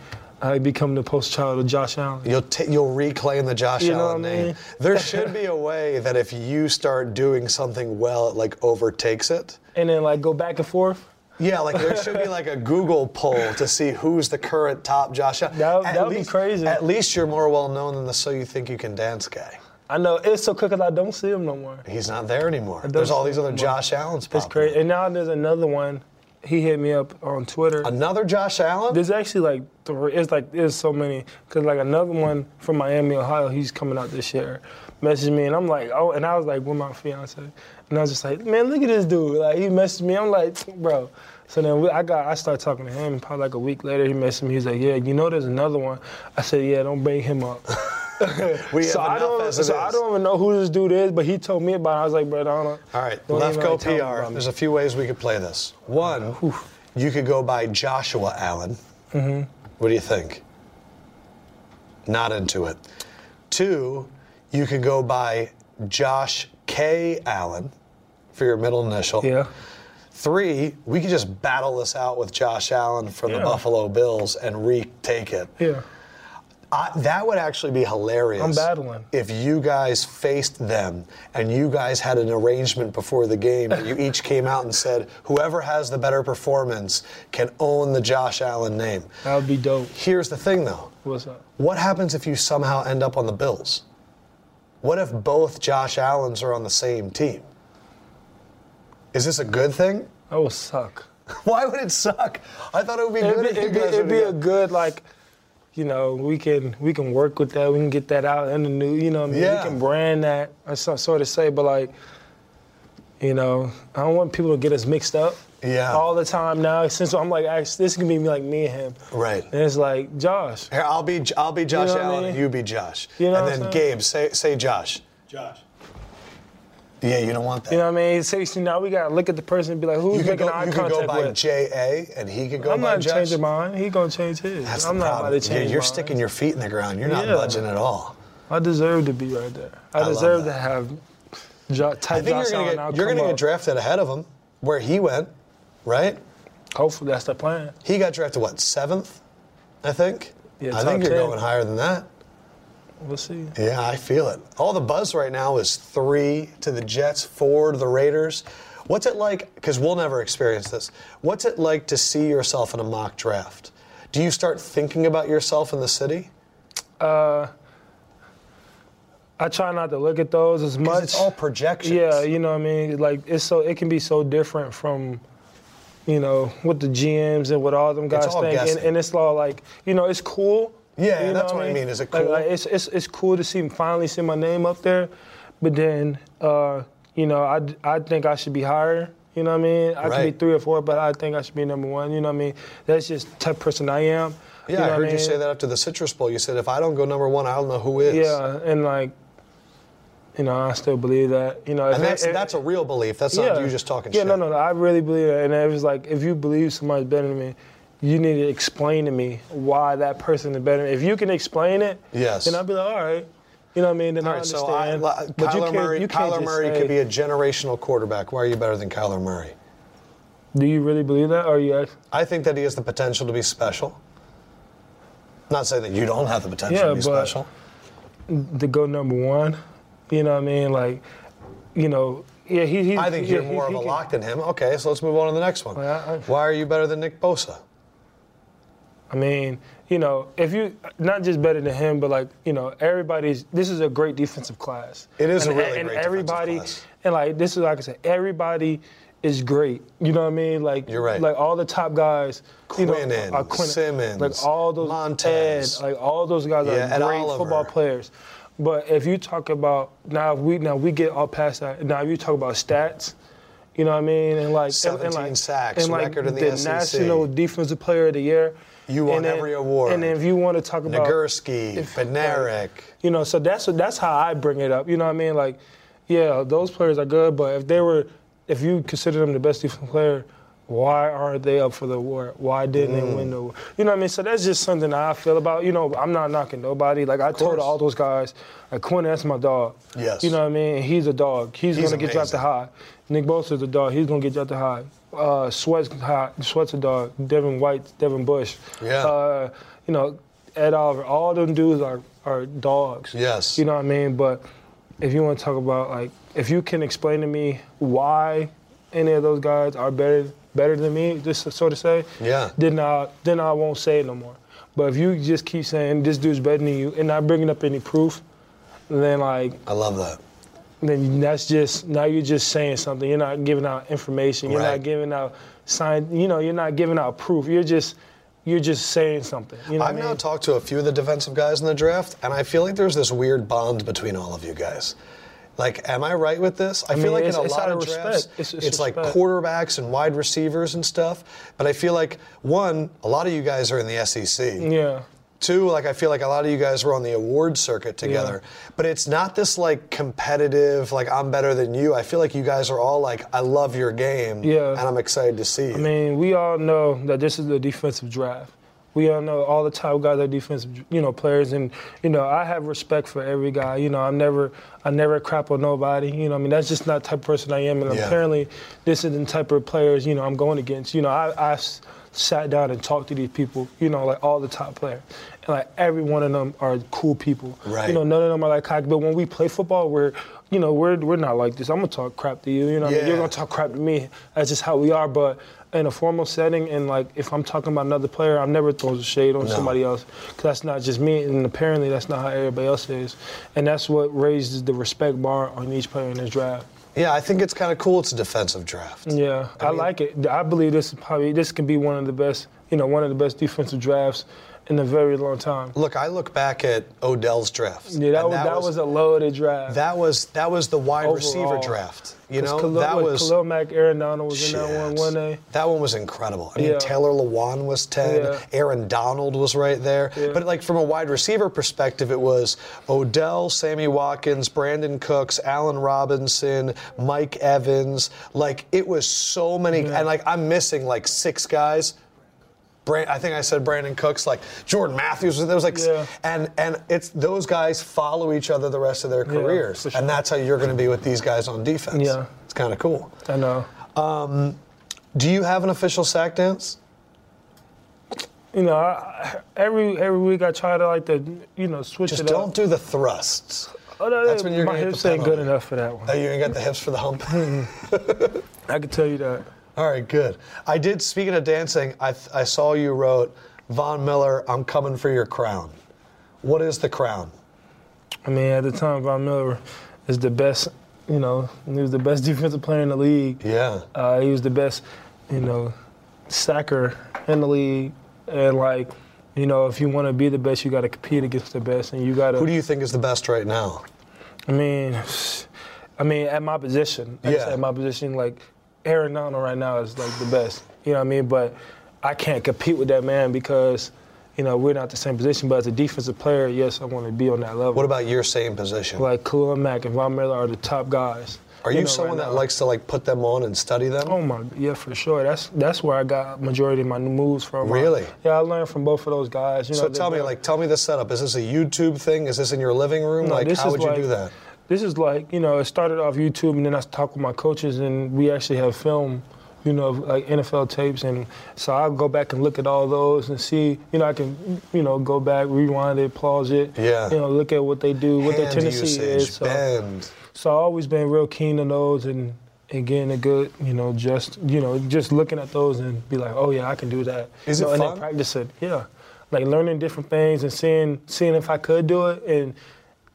E: I become the post child of Josh Allen.
A: You'll t- you'll reclaim the Josh
E: You know
A: Allen
E: what I
A: name.
E: mean?
A: There should be a way that if you start doing something well, it like overtakes it.
E: And then like go back and forth.
A: Yeah, like there should be like a Google poll to see who's the current top Josh Allen.
E: That-
A: At
E: that would be
A: least-
E: crazy.
A: At least you're more well known than the So You Think You Can Dance guy.
E: I know it's so quick 'cause I don't see him no more.
A: He's not there anymore. There's all these other Josh Allens.
E: It's
A: popping
E: crazy.
A: up.
E: And now there's another one. He hit me up on Twitter.
A: Another Josh Allen.
E: There's actually like three. It's like there's so many. Cause like another one from Miami, Ohio. He's coming out this year. Messaged me and I'm like, oh, and I was like with my fiance, and I was just like, man, look at this dude. Like he messaged me. I'm like, bro. So then we, I got I started talking to him. Probably like a week later, he messaged me. He's like, yeah, you know, there's another one. I said, yeah, don't bring him up.
A: we
E: so
A: have
E: I
A: enough
E: don't.
A: as it
E: So I
A: is.
E: don't even know who this dude is, but he told me about. it. I was like, bro, I don't. know.
A: All right,
E: Don't
A: left
E: even
A: go
E: really tell me
A: PR.
E: about me.
A: There's a few ways we could play this. One, you could go by Joshua Allen.
E: Mm-hmm.
A: What do you think? Not into it. Two, you could go by Josh K. Allen for your middle initial.
E: Yeah.
A: Three, we could just battle this out with Josh Allen from the
E: Yeah.
A: Buffalo Bills and retake it.
E: Yeah.
A: I, that would actually be hilarious.
E: I'm battling.
A: If you guys faced them and you guys had an arrangement before the game, and you each came out and said, whoever has the better performance can own the Josh Allen name.
E: That would be dope.
A: Here's the thing though
E: What's up?
A: what happens if you somehow end up on the Bills? What if both Josh Allens are on the same team? Is this a good thing?
E: That would suck.
A: Why would it suck? I thought it would be
E: It'd
A: good
E: be,
A: if you
E: it'd be,
A: guys
E: it'd
A: were
E: be a
A: together.
E: good like, you know, we can we can work with that. We can get that out in the new. You know, what I mean,
A: Yeah.
E: we can brand that or some sort of say, but like, you know, I don't want people to get us mixed up.
A: Yeah.
E: All the time now, since I'm like, actually, this can be like me and him.
A: Right.
E: And it's like Josh.
A: Here, I'll be I'll be Josh
E: know what I
A: Allen,
E: mean?
A: and you be Josh.
E: You know
A: and
E: what
A: then
E: I'm saying?
A: Gabe, say say Josh.
F: Josh.
A: Yeah, you don't want that.
E: You know what I mean? So you see, now we gotta look at the person and be like, who's
A: you could
E: making
A: go,
E: eye
A: you could
E: contact
A: go by
E: with?
A: J A, and he could go
E: I'm
A: by
E: not
A: Josh.
E: changing mine. He gonna change his.
A: That's
E: I'm
A: the
E: not
A: problem.
E: about to change.
A: you're, you're
E: mine.
A: sticking your feet in the ground. You're not
E: Yeah.
A: budging at all.
E: I deserve to be right there. I,
A: love
E: deserve
A: that.
E: to have jo-
A: I
E: type
A: think
E: Josh
A: you're
E: Allen.
A: gonna
E: I'll
A: get, you're
E: come
A: gonna get
E: up.
A: drafted ahead of him, where he went, right?
E: Hopefully that's the plan.
A: He got drafted what seventh, I think.
E: Yeah,
A: I
E: top
A: think you're
E: 10.
A: going higher than that.
E: We'll see.
A: Yeah, I feel it. All the buzz right now is three to the Jets, four to the Raiders. What's it like? Because we'll never experience this. What's it like to see yourself in a mock draft? Do you start thinking about yourself in the city?
E: I try not to look at those as
A: 'Cause
E: much.
A: it's all projections.
E: yeah, you know what I mean. Like it's so it can be so different from, you know, what the GMs and what all them guys
A: all
E: think, and,
A: guessing.
E: and it's all like you know it's cool.
A: Yeah,
E: you know
A: that's what I mean. Is it
E: Like-
A: cool?
E: like, it's, it's it's cool to see finally see my name up there, but then uh, you know I I think I should be higher. You know what I mean? I could
A: Right.
E: be three or four, but I think I should be number one. You know what I mean? That's just the type of person I am.
A: Yeah,
E: know
A: I
E: what
A: heard you
E: mean?
A: say that after the Citrus Bowl. You said if I don't go number one, I don't know who is.
E: Yeah, and like, you know, I still believe that. You know, if
A: and that's
E: if-
A: that's a real belief. That's not you just talking
E: yeah,
A: shit.
E: no, no, no. I really believe that. And it was like, if you believe somebody's better than me, you need to explain to me why that person is better. If you can explain it,
A: Yes.
E: then I'll be like, all right. You know what I mean? Then
A: All
E: I
A: right, so
E: understand.
A: I, li-
E: but you
A: Kyler
E: can't,
A: Murray,
E: you can't
A: Kyler
E: just
A: Murray
E: say,
A: could be a generational quarterback. Why are you better than Kyler Murray?
E: Do you really believe that, or are you? Actually,
A: I think that he has the potential to be special. Not saying that you don't have the potential
E: Yeah,
A: to be
E: but-
A: special.
E: to go number one? You know what I mean? Like, you know, yeah, he. he
A: I think
E: yeah,
A: you're
E: he-
A: more
E: he
A: of a
E: can-
A: lock than him. Okay, so let's move on to the next one.
E: Well, I- I-
A: Why are you better than Nick Bosa?
E: I mean, you know, if you not just better than him, but like you know, everybody's. This is a great defensive class.
A: It is a
E: and,
A: really
E: and
A: great defensive
E: everybody,
A: class.
E: and like this is like I said, everybody is great. You know what I mean? Like
A: You're right.
E: Like all the top guys, you know,
A: Quinnen,
E: are Quinnen.
A: Simmons,
E: like all those
A: Montez.
E: Ed, like all those guys
A: Yeah,
E: are
A: and
E: great
A: Oliver.
E: football players. But if you talk about now, if we now we get all past that. Now if you talk about stats. You know what I mean? And like and-
A: 17
E: and like,
A: sacks,
E: and like
A: record in the E SEC.
E: national defensive player of the year.
A: You
E: And
A: won
E: then-
A: every award.
E: And then if you want to talk about
A: Nagurski, Benarek.
E: you know, so that's that's how I bring it up. You know what I mean? Like, yeah, those players are good, but if they were, if you consider them the best defensive player, why aren't they up for the award? Why didn't they
A: Mm.
E: win the award? You know what I mean? So that's just something I feel about. You know, I'm not knocking nobody. Like I told
A: course.
E: all those guys, like Quinn, that's my dog.
A: Yes.
E: You know what I mean? And he's a dog. He's,
A: He's
E: gonna get you out the
A: amazing.
E: high. Nick Bosa's a dog. He's gonna get you out the high. Uh, Sweat's hot. Sweat's a dog. Devin White, Devin Bush.
A: Yeah.
E: Uh, you know, Ed Oliver. All them dudes are are dogs.
A: Yes.
E: You know what I mean? But if you want to talk about like, if you can explain to me why any of those guys are better better than me, just so- so to say,
A: Yeah.
E: then I then I won't say it no more. But if you just keep saying this dude's better than you and not bringing up any proof, then like
A: I love that.
E: then that's just now you're just saying something. You're not giving out information. You're
A: Right.
E: not giving out sign. You know, you're not giving out proof. You're just you're just saying something. You know what
A: I've
E: I mean?
A: now talked to a few of the defensive guys in the draft, and I feel like there's this weird bond between all of you guys. Like, am I right with this? I,
E: mean,
A: feel like in
E: it's-
A: a
E: it's
A: lot
E: out
A: of
E: of
A: drafts,
E: respect.
A: it's,
E: It's- it's
A: like
E: respect.
A: quarterbacks and wide receivers and stuff. But I feel like one, a lot of you guys are in the SEC.
E: yeah.
A: Two, like I feel like a lot of you guys were on the award circuit together, but it's not this like competitive, like I'm better than you. I feel like you guys are all like, I love your game,
E: Yeah.
A: and I'm excited to see you.
E: I mean, we all know that this is the defensive draft. We all know all the top guys are defensive, you know, players, and you know I have respect for every guy. You know, I'm never, I never crap on nobody. You know, I mean that's just not the type of person I am, and
A: Yeah.
E: apparently this isn't the type of players you know I'm going against. You know, I, I s- sat down and talked to these people. You know, like all the top players, and like every one of them are cool people.
A: Right.
E: You know, none of them are like cocky. But when we play football, we're, you know, we're we're not like this. I'm gonna talk crap to you. You know, what I mean?
A: Yeah.
E: you're gonna talk talk crap to me. That's just how we are. But in a formal setting, and like if I'm talking about another player, I'm never throwing shade on somebody else because that's not just me. And apparently, that's not how everybody else is. And that's what raises the respect bar on each player in this draft.
A: yeah, I think it's kind of cool. It's a defensive draft.
E: Yeah, I, like it. I believe this is probably this can be one of the best. You know, one of the best defensive drafts in a very long time.
A: Look, I look back at Odell's draft.
E: Yeah, that,
A: and
E: was, that was a loaded draft.
A: that was that was the wide receiver
E: Overall.
A: draft. You
E: 'Cause
A: know,
E: Khalil,
A: that
E: what,
A: was
E: Khalil Mack, Aaron Donald was in that one
A: Shit.
E: one day.
A: That one was incredible. I mean,
E: Yeah.
A: Taylor Lewan was 10.
E: Yeah.
A: Aaron Donald was right there.
E: Yeah.
A: But, like, from a wide receiver perspective, it was Odell, Sammy Watkins, Brandon Cooks, Allen Robinson, Mike Evans. Like, it was so many. And, like, I'm missing, like, six guys. Brand, I think I said Brandon Cooks, like Jordan Matthews. There was like, s-
E: Yeah.
A: and and it's those guys follow each other the rest of their careers,
E: for sure.
A: and that's how you're going to be with these guys on defense.
E: Yeah.
A: it's kind of cool.
E: I know.
A: Do you have an official sack dance?
E: You know, I, I- every every week I try to like to you know switch
A: Just
E: it
A: don't
E: up.
A: do the thrusts.
E: Oh, no,
A: that's
E: no,
A: when you're
E: my
A: gonna get
E: hips
A: the
E: ain't good
A: penalty.
E: enough for that one.
A: Oh, you ain't got the hips for the hump.
E: I can tell you that.
A: All right, good. I did. Speaking of dancing, I, I saw you wrote Von Miller. I'm coming for your crown. What is the crown?
E: I mean, at the time, Von Miller is the best. You know, he was the best defensive player in the league.
A: Yeah,
E: Uh, he was the best. You know, sacker in the league, and like, you know, if you want to be the best, you got to compete against the best, and you got to.
A: who do you think is the best right now?
E: I mean, I mean, at my position, like I
A: Yeah.
E: said, at my position, like Aaron Donald right now is like the best. You know what I mean? But I can't compete with that man because, you know, we're not the same position. But as a defensive player, yes, I want to be on that level.
A: What about your same position?
E: like Khalil Mack and Von Miller are the top guys?
A: Are you
E: know,
A: someone
E: right
A: that
E: now.
A: likes to like put them on and study them?
E: Oh my, yeah, for sure. That's that's where I got majority of my moves from.
A: Really?
E: yeah, I learned from both of those guys. You
A: so
E: know, they-
A: tell me, like, tell me the setup. Is this a YouTube thing? Is this in your living room?
E: No,
A: like,
E: this
A: how
E: is
A: would
E: like-
A: you do that?
E: this is like you know it started off YouTube and then I talked with my coaches and we actually have film, you know, of, like NFL tapes and so I'll go back and look at all those and see you know I can you know go back rewind it pause it
A: Yeah.
E: you know look at what they do what their
A: Hand
E: tendency
A: usage,
E: is so
A: bend.
E: so I always been real keen on those and and getting a good you know just you know just looking at those and be like oh yeah I can do that
A: Is it
E: you know, and
A: fun?
E: then practice it yeah like learning different things and seeing seeing if I could do it and.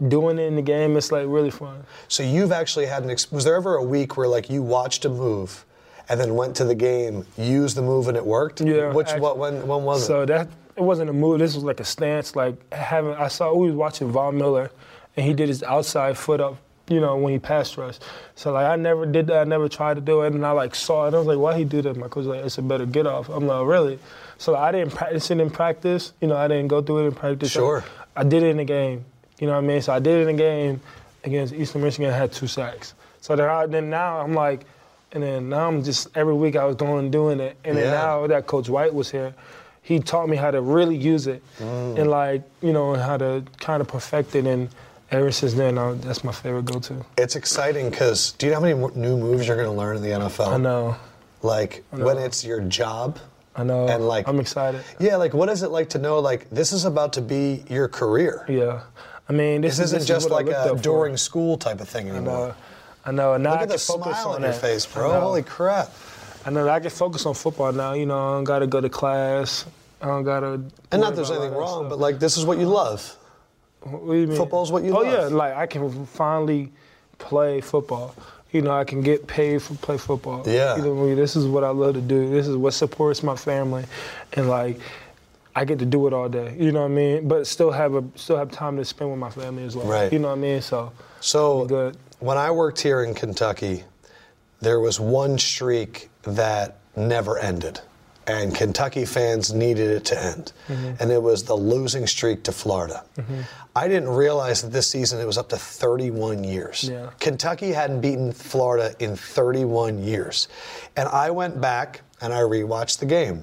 E: Doing it in the game, it's like really fun.
A: So you've actually had an. Ex- was there ever a week where like you watched a move, and then went to the game, used the move, and it worked?
E: Yeah,
A: Which
E: actually-
A: what when when was it?
E: So that it wasn't a move. This was like a stance. Like having I saw we was watching Von Miller, and he did his outside foot up you know, when he passed us. So like I never did that, I never tried to do it, and I like saw it. And I was like, why he do that? My coach was like, it's a better get off. I'm like, really? So I didn't practice it in practice. You know, I didn't go through it in practice.
A: Sure.
E: I, I did it in the game. You know what I mean? So I did it in the game against Eastern Michigan. I had two sacks. So then, I, then now I'm like, and then now I'm just every week I was going and doing it. And then
A: Yeah.
E: now that Coach White was here, he taught me how to really use it
A: Mm.
E: and like you know how to kind of perfect it. And ever since then, I, that's my favorite go-to.
A: It's exciting because do you know how many mo- new moves you're going to learn in the NFL?
E: I know,
A: Like when it's your job.
E: I know.
A: And, like-
E: I'm excited.
A: Yeah, like what is it like to know like this is about to be your career?
E: Yeah, I mean this,
A: This isn't
E: is
A: just
E: what I
A: like
E: looked
A: a
E: up for.
A: during school type of thing
E: I
A: anymore.
E: know. I know. And now
A: Look
E: I
A: at the
E: can focus
A: smile
E: on
A: on your
E: that.
A: face,
E: I
A: bro.
E: know.
A: Holy crap.
E: I know that I can focus on football now. You know, I don't gotta go to class. I don't gotta.
A: And
E: worry
A: not there's
E: about
A: anything
E: all that
A: wrong,
E: stuff.
A: but like this is what you love.
E: What do you mean?
A: Football's what you
E: oh,
A: love.
E: yeah, like I can finally play football. You know, I can get paid for play football.
A: Yeah.
E: You know, what I mean? this is what I love to do. This is what supports my family, and like I get to do it all day. You know what I mean? But still have a still have time to spend with my family as well.
A: Right.
E: You know what I mean? So
A: So
E: Good.
A: when I worked here in Kentucky, there was one streak that never ended. And Kentucky fans needed it to end.
E: Mm-hmm.
A: And it was the losing streak to Florida. I didn't realize that this season it was up to 31 years.
E: Yeah.
A: Kentucky hadn't beaten Florida in 31 years. And I went back and I rewatched the game.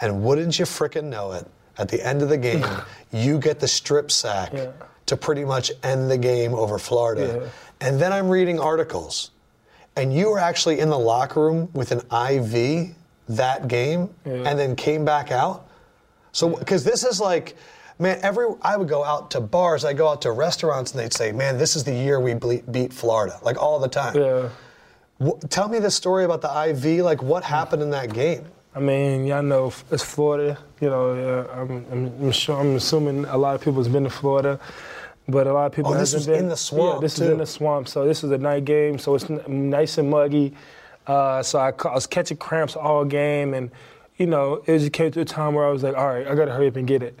A: And wouldn't you frickin' know it, at the end of the game, you get the strip sack
E: Yeah.
A: to pretty much end the game over Florida. And then I'm reading articles, and you were actually in the locker room with an IV that game and then came back out. So, because this is like, man, every I would go out to bars, I go out to restaurants, and they'd say, man, this is the year we ble- beat Florida, like all the time.
E: yeah.
A: Wh- tell me the story about the IV, like what happened in that game?
E: I mean, y'all know f- it's Florida. You know, yeah, I'm, I'm, I'm sure. I'm assuming a lot of people has been to Florida, but a lot of people
A: Oh, this
E: hasn't
A: was
E: been.
A: in the swamp,
E: Yeah, this
A: too.
E: is in the swamp. So this is a night game. So it's n- nice and muggy. Uh, so I, ca- I was catching cramps all game, and you know, it just came to a time where I was like, all right, I gotta hurry up and get it.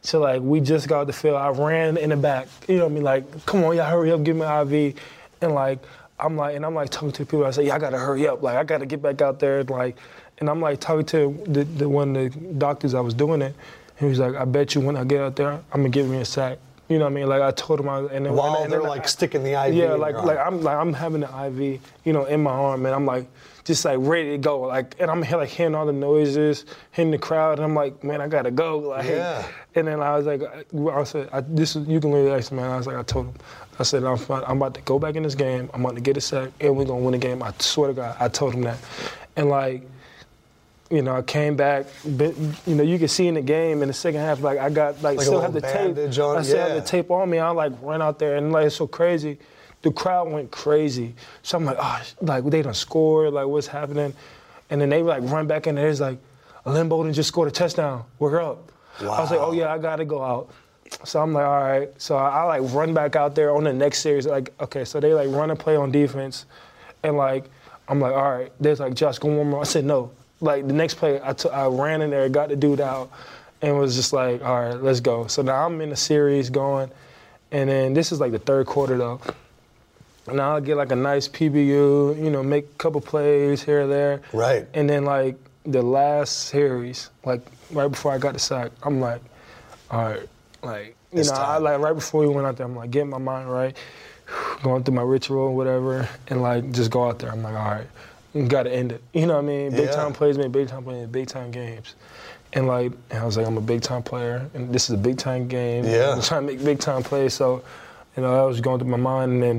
E: So like, we just got out the field. I ran in the back. You know what I mean? Like, come on, y'all, hurry up, give me an IV, and like. I'm like, and I'm like talking to people. I say, yeah, I gotta hurry up. Like, I gotta get back out there. And like, and I'm like talking to the, the one of the doctors I was doing it. He was like, I bet you when I get out there, I'm gonna give me a sack. You know what I mean? Like I told him, I was, and then
A: While
E: and
A: they're
E: then
A: like sticking the IV.
E: yeah,
A: in
E: like
A: your
E: like
A: eye.
E: I'm like I'm having an IV, you know, in my arm, and I'm like just like ready to go, like, and I'm he- like hearing all the noises, hearing the crowd, and I'm like, man, I gotta go, like,
A: Yeah.
E: and then I was like, I, I said, I, this is you can really ask, man. I was like, I told him, I said, I'm fine. I'm about to go back in this game, I'm about to get a sack, and we're gonna win the game. I swear to God, I told him that, and like you know, I came back. But, you know, you can see in the game in the second half, like I got like,
A: Like a
E: still had the
A: little
E: tape.
A: bandage on,
E: I still
A: yeah.
E: had the tape on me. I like ran out there and like it's so crazy. The crowd went crazy. So I'm like, oh, sh- like they done scored. Like what's happening? And then they like run back in there. It's like, Lynn Bowden just scored a touchdown. We're up. I was like,
A: Wow.
E: oh yeah, I gotta go out. So I'm like, all right. So I, I like run back out there on the next series. Like, okay, so they like run a play on defense, and like I'm like, all right. There's like Josh, go one more. I said no. Like the next play, I took- I ran in there, got the dude out, and was just like, all right, let's go. So now I'm in the series going, and then this is like the third quarter though. And I'll get like a nice PBU, you know, make a couple plays here or there.
A: Right.
E: And then like the last series, like right before I got the sack, I'm like, all right, like you
A: It's
E: know, I
A: time.
E: like right before we went out there, I'm like getting my mind right, going through my ritual and whatever, and like just go out there. I'm like, all right, you gotta end it. You know what I mean? Big
A: Yeah.
E: time plays mean big time playing big time games. And like and I was like, I'm a big time player, and this is a big time game.
A: Yeah.
E: I'm trying to make big time plays, so you know that was going through my mind. And then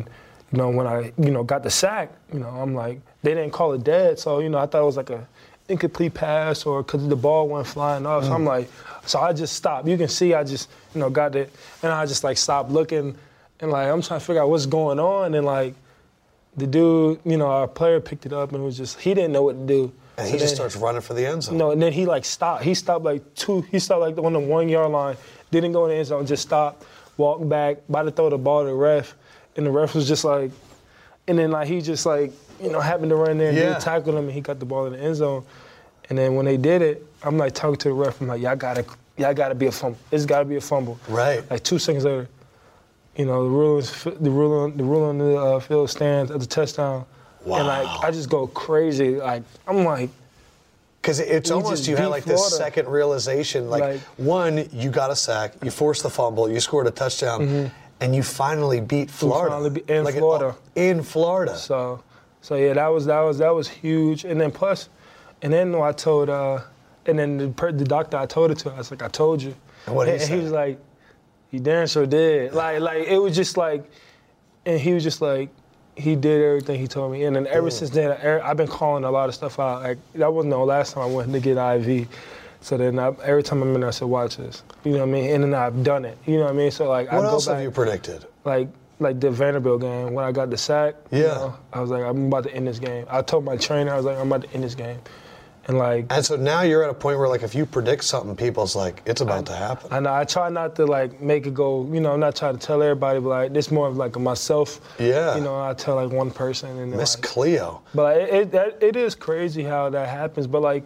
E: you know when I you know got the sack, you know I'm like they didn't call it dead, so you know I thought it was like a incomplete pass or because the ball went flying off. So
A: Mm.
E: I'm like, so I just stopped. You can see I just you know got it, and I just like stopped looking, and like I'm trying to figure out what's going on, and like the dude, you know our player picked it up and was just he didn't know what to do.
A: And
E: So
A: he just
E: then-
A: starts running for the end zone.
E: no, and then he like stopped. He stopped like two. He stopped like on the one yard line. Didn't go in the end zone. Just stopped. Walked back. About to throw the ball to the ref, and the ref was just like, and then like he just like you know happened to run there and
A: Yeah.
E: dude tackled him and he got the ball in the end zone. And then when they did it, I'm like talking to the ref. I'm like, y'all gotta, y'all gotta be a fumble. It's gotta be a fumble.
A: Right.
E: Like two seconds later, you know, the rule is the rule on the rule on the uh, field stands at the touchdown. And
A: Wow.
E: like I just go crazy. Like I'm like,
A: Because it's
E: We
A: almost
E: just
A: you had
E: beat
A: like this
E: Florida.
A: second realization. Like,
E: Like-
A: one, you got a sack, you forced the fumble, you scored a touchdown, and you finally beat Florida.
E: Mm-hmm. finally beat- in
A: it-
E: Florida.
A: in Florida.
E: So, so yeah, that was that was that was huge. And then plus, and then I told, uh, and then the, per, the doctor I told it to, I was like, I told you.
A: And what did he
E: and, and
A: say?
E: he was like, you damn sure did. Like like it was just like, and he was just like, he did everything he told me. And then ever since then, I, I've been calling a lot of stuff out. Like that wasn't the last time I went to get IV. So then I, every time I'm in there, I said, watch this. You know what I mean? And then I've done it. You know what I mean? So like I
A: what
E: go
A: else
E: back
A: have you predicted?
E: like like the Vanderbilt game when I got the sack. you
A: Yeah.
E: know, I was like, I'm about to end this game. I told my trainer, I was like, I'm about to end this game, and like
A: And so now you're at a point where, like, if you predict something, people's like, it's about to happen.
E: I know I try not to like make it go. You know, I'm not trying to tell everybody, but like this more of like myself.
A: Yeah.
E: You know, I tell like one person and then,
A: Miss
E: like,
A: Cleo.
E: but like, it it, that, it is crazy how that happens. But like,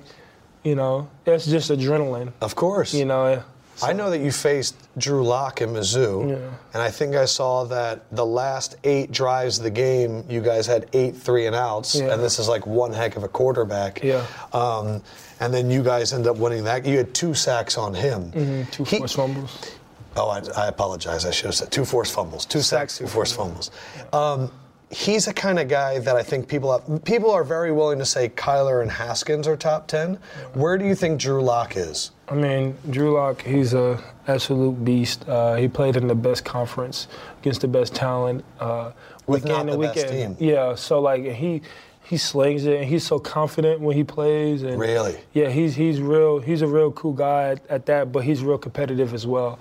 E: you know, it's just adrenaline.
A: Of course.
E: You know.
A: I know that you faced Drew Locke in Mizzou,
E: Yeah.
A: and I think I saw that the last eight drives of the game, you guys had eight three and outs,
E: Yeah.
A: and this is like one heck of a quarterback.
E: Yeah.
A: Um, and then you guys end up winning that. You had two sacks on him.
E: Mm-hmm. Two
A: He-
E: forced fumbles.
A: Oh, I, I apologize. I should have said two forced fumbles, two sacks, two forced fumbles. Um, he's the kind of guy that I think people have, people are very willing to say Kyler and Haskins are top ten. Where do you think Drew Locke is?
E: I mean, Drew Lock, he's a absolute beast. Uh, he played in the best conference against the best talent. Uh,
A: With
E: week
A: not
E: in
A: the
E: and week
A: best
E: out.
A: team.
E: Yeah, so like he he slings it, and he's so confident when he plays. And
A: Really?
E: Yeah, he's he's real. He's a real cool guy at, at that, but he's real competitive as well,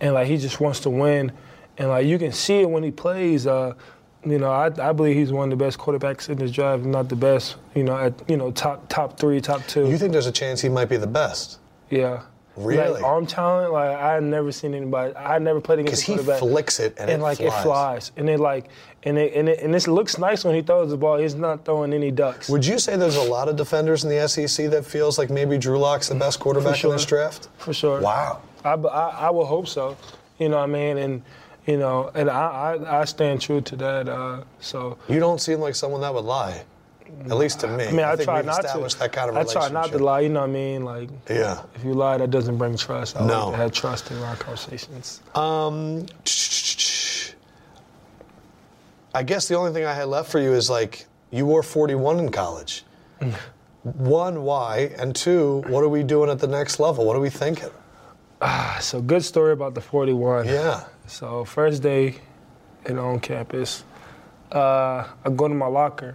E: and like he just wants to win, and like you can see it when he plays. Uh, you know, I, I believe he's one of the best quarterbacks in this draft, if not the best. You know, at you know top top three, top two.
A: You think there's a chance he might be the best?
E: Yeah.
A: Really?
E: Like arm talent, like I never seen anybody. I never played
A: Because
E: against a
A: he
E: quarterback.
A: flicks it and,
E: and like
A: it, flies.
E: it flies, and it like, and it and it and this looks nice when he throws the ball. He's not throwing any ducks.
A: Would you say there's a lot of defenders in the SEC that feels like maybe Drew Locke's the best quarterback
E: Mm, sure.
A: in this draft?
E: for sure.
A: Wow.
E: I, b- I- I would hope so. You know what I mean? And you know, and I I, I stand true to that. Uh, so
A: You don't seem like someone that would lie, at least to me.
E: I mean, I,
A: think
E: try
A: we've
E: not to.
A: established that kind of
E: I try not to
A: relationship.
E: lie. You know what I mean? Like
A: Yeah.
E: if you lie, that doesn't bring trust. I like
A: No.
E: to have trust in our conversations.
A: Um, I guess the only thing I had left for you is like you wore 41 in college.
E: Mm.
A: One, why? And two, what are we doing at the next level? What are we thinking?
E: So good story about the 41.
A: Yeah.
E: So first day and on campus, uh, I go to my locker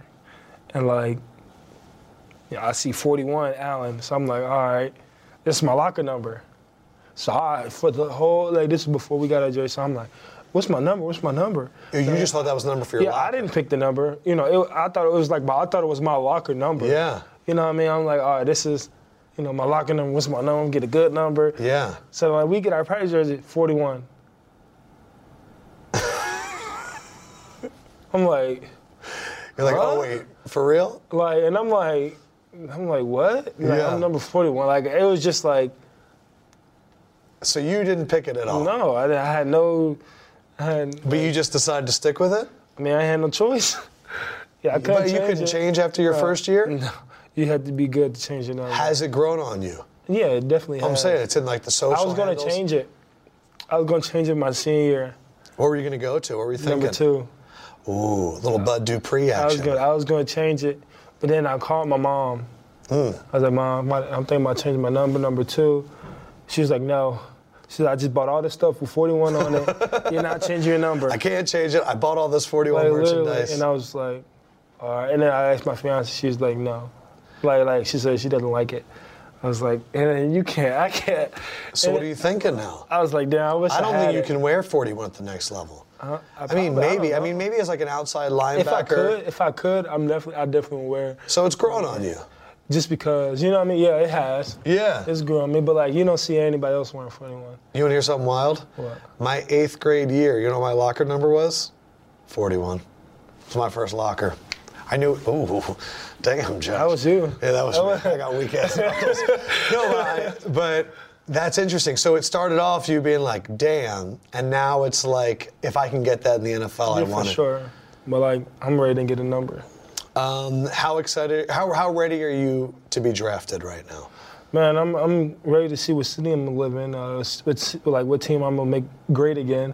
E: and like, yeah, I see 41 Allen. So I'm like, all right, this is my locker number. So I for the whole like this is before we got our jersey. So I'm like, what's my number? What's my number?
A: You just thought that was the number for your
E: Yeah, I
A: locker.
E: didn't pick the number. You know, it, I thought it was like my, I thought it was my locker number.
A: Yeah.
E: You know what I mean? I'm like, all right, this is, you know, my locker number. What's my number? Get a good number.
A: Yeah.
E: So like we get our practice jersey, 41. I'm like,
A: You're like,
E: Huh?
A: oh wait, for real?
E: like, and I'm like, I'm like, what? Like,
A: Yeah.
E: I'm number 41. Like it was just like,
A: So you didn't pick it at all.
E: no, I, I had no, I, had,
A: But you just decided to stick with it?
E: I mean, I had no choice. yeah, I couldn't
A: but you
E: change
A: couldn't
E: it.
A: change after your first year?
E: No, you had to be good to change your number.
A: Has it grown on you?
E: yeah, it definitely.
A: I'm
E: has.
A: saying it's in like the social
E: I was gonna
A: handles.
E: change it. I was gonna change it my senior year,
A: What were you going to go to? What were you thinking?
E: number two.
A: Ooh, little Bud Dupree action.
E: I was gonna I was gonna change it, but then I called my mom.
A: Hmm.
E: I was like, Mom, my, I'm thinking about changing my number, number two. She was like, No. She said, I just bought all this stuff with 41 on it. You're not changing your number.
A: I can't change it. I bought all this 41
E: Like, literally,
A: merchandise.
E: And I was like, All right. And then I asked my fiance. She was like, No. Like, like she said she doesn't like it. I was like, and then you can't. I can't.
A: so
E: and
A: what are you thinking now?
E: I was like, damn. I wish I,
A: I don't
E: had
A: think you
E: it. Uh-huh.
A: can wear 41 at the next level.
E: I,
A: I mean,
E: probably-
A: maybe. I,
E: don't know.
A: mean, maybe as like an outside
E: if I
A: linebacker.
E: could, if I could, I'm definitely, I definitely would wear. it.
A: So it's grown on you.
E: Just because, you know what I mean? Yeah, it has.
A: Yeah.
E: It's growing me, but like you don't see anybody else wearing 41.
A: You want to hear something wild?
E: What?
A: My eighth grade year, you know what my locker number was? 41. It was my first locker. I knew, ooh, damn, Josh.
E: That was you.
A: Yeah, that was me. I got weak ass knuckles. No, but, I, but That's interesting. So it started off you being like, damn, and now it's like, if I can get that in the NFL, Oh, I
E: Yeah, for
A: want it.
E: sure. But like, I'm ready to get a number.
A: Um, how excited? How how ready are you to be drafted right now?
E: Man, I'm I'm ready to see what city I'm gonna live in. Uh, s- it's like what team I'm gonna make great again.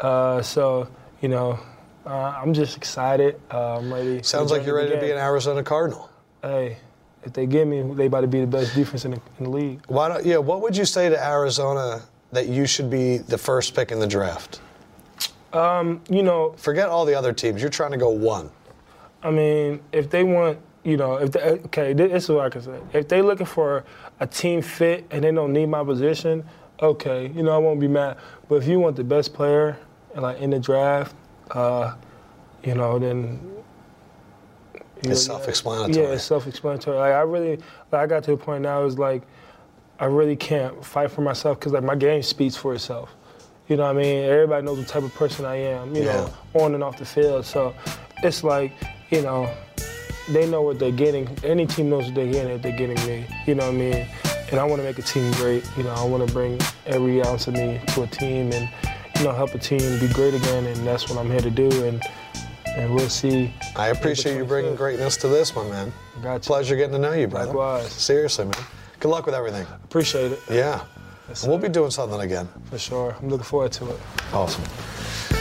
E: Uh, so you know, uh, I'm just excited. Uh, I'm ready.
A: Sounds like you're ready to be an
E: game.
A: Arizona Cardinal.
E: Hey, if they give me, they about to be the best defense in the, in the league.
A: Why don't? Yeah. What would you say to Arizona that you should be the first pick in the draft?
E: You know,
A: Forget all the other teams. You're trying to go one.
E: I mean, if they want, you know, if they, okay, thi- this is what I can say. If they looking for a team fit and they don't need my position, okay, you know, I won't be mad. But if you want the best player, like in the draft, uh, you know, then you know,
A: It's self-explanatory.
E: Yeah, it's self-explanatory. Like I really, like I got to the point now is like, I really can't fight for myself because like my game speaks for itself. You know what I mean? Everybody knows the type of person I am. You know, on and off the field. So it's like, you know, they know what they're getting. Any team knows what they're getting if they're getting me. You know what I mean? And I want to make a team great. You know, I want to bring every ounce of me to a team and, you know, help a team be great again. And that's what I'm here to do. And and we'll see.
A: I appreciate you bringing
E: 25th.
A: greatness to this, my man.
E: Gotcha.
A: Pleasure getting to know you, brother.
E: Likewise.
A: Seriously, man. Good luck with everything.
E: Appreciate it
A: Yeah.
E: Yes,
A: And we'll be doing something again.
E: for sure. I'm looking forward to it.
A: Awesome.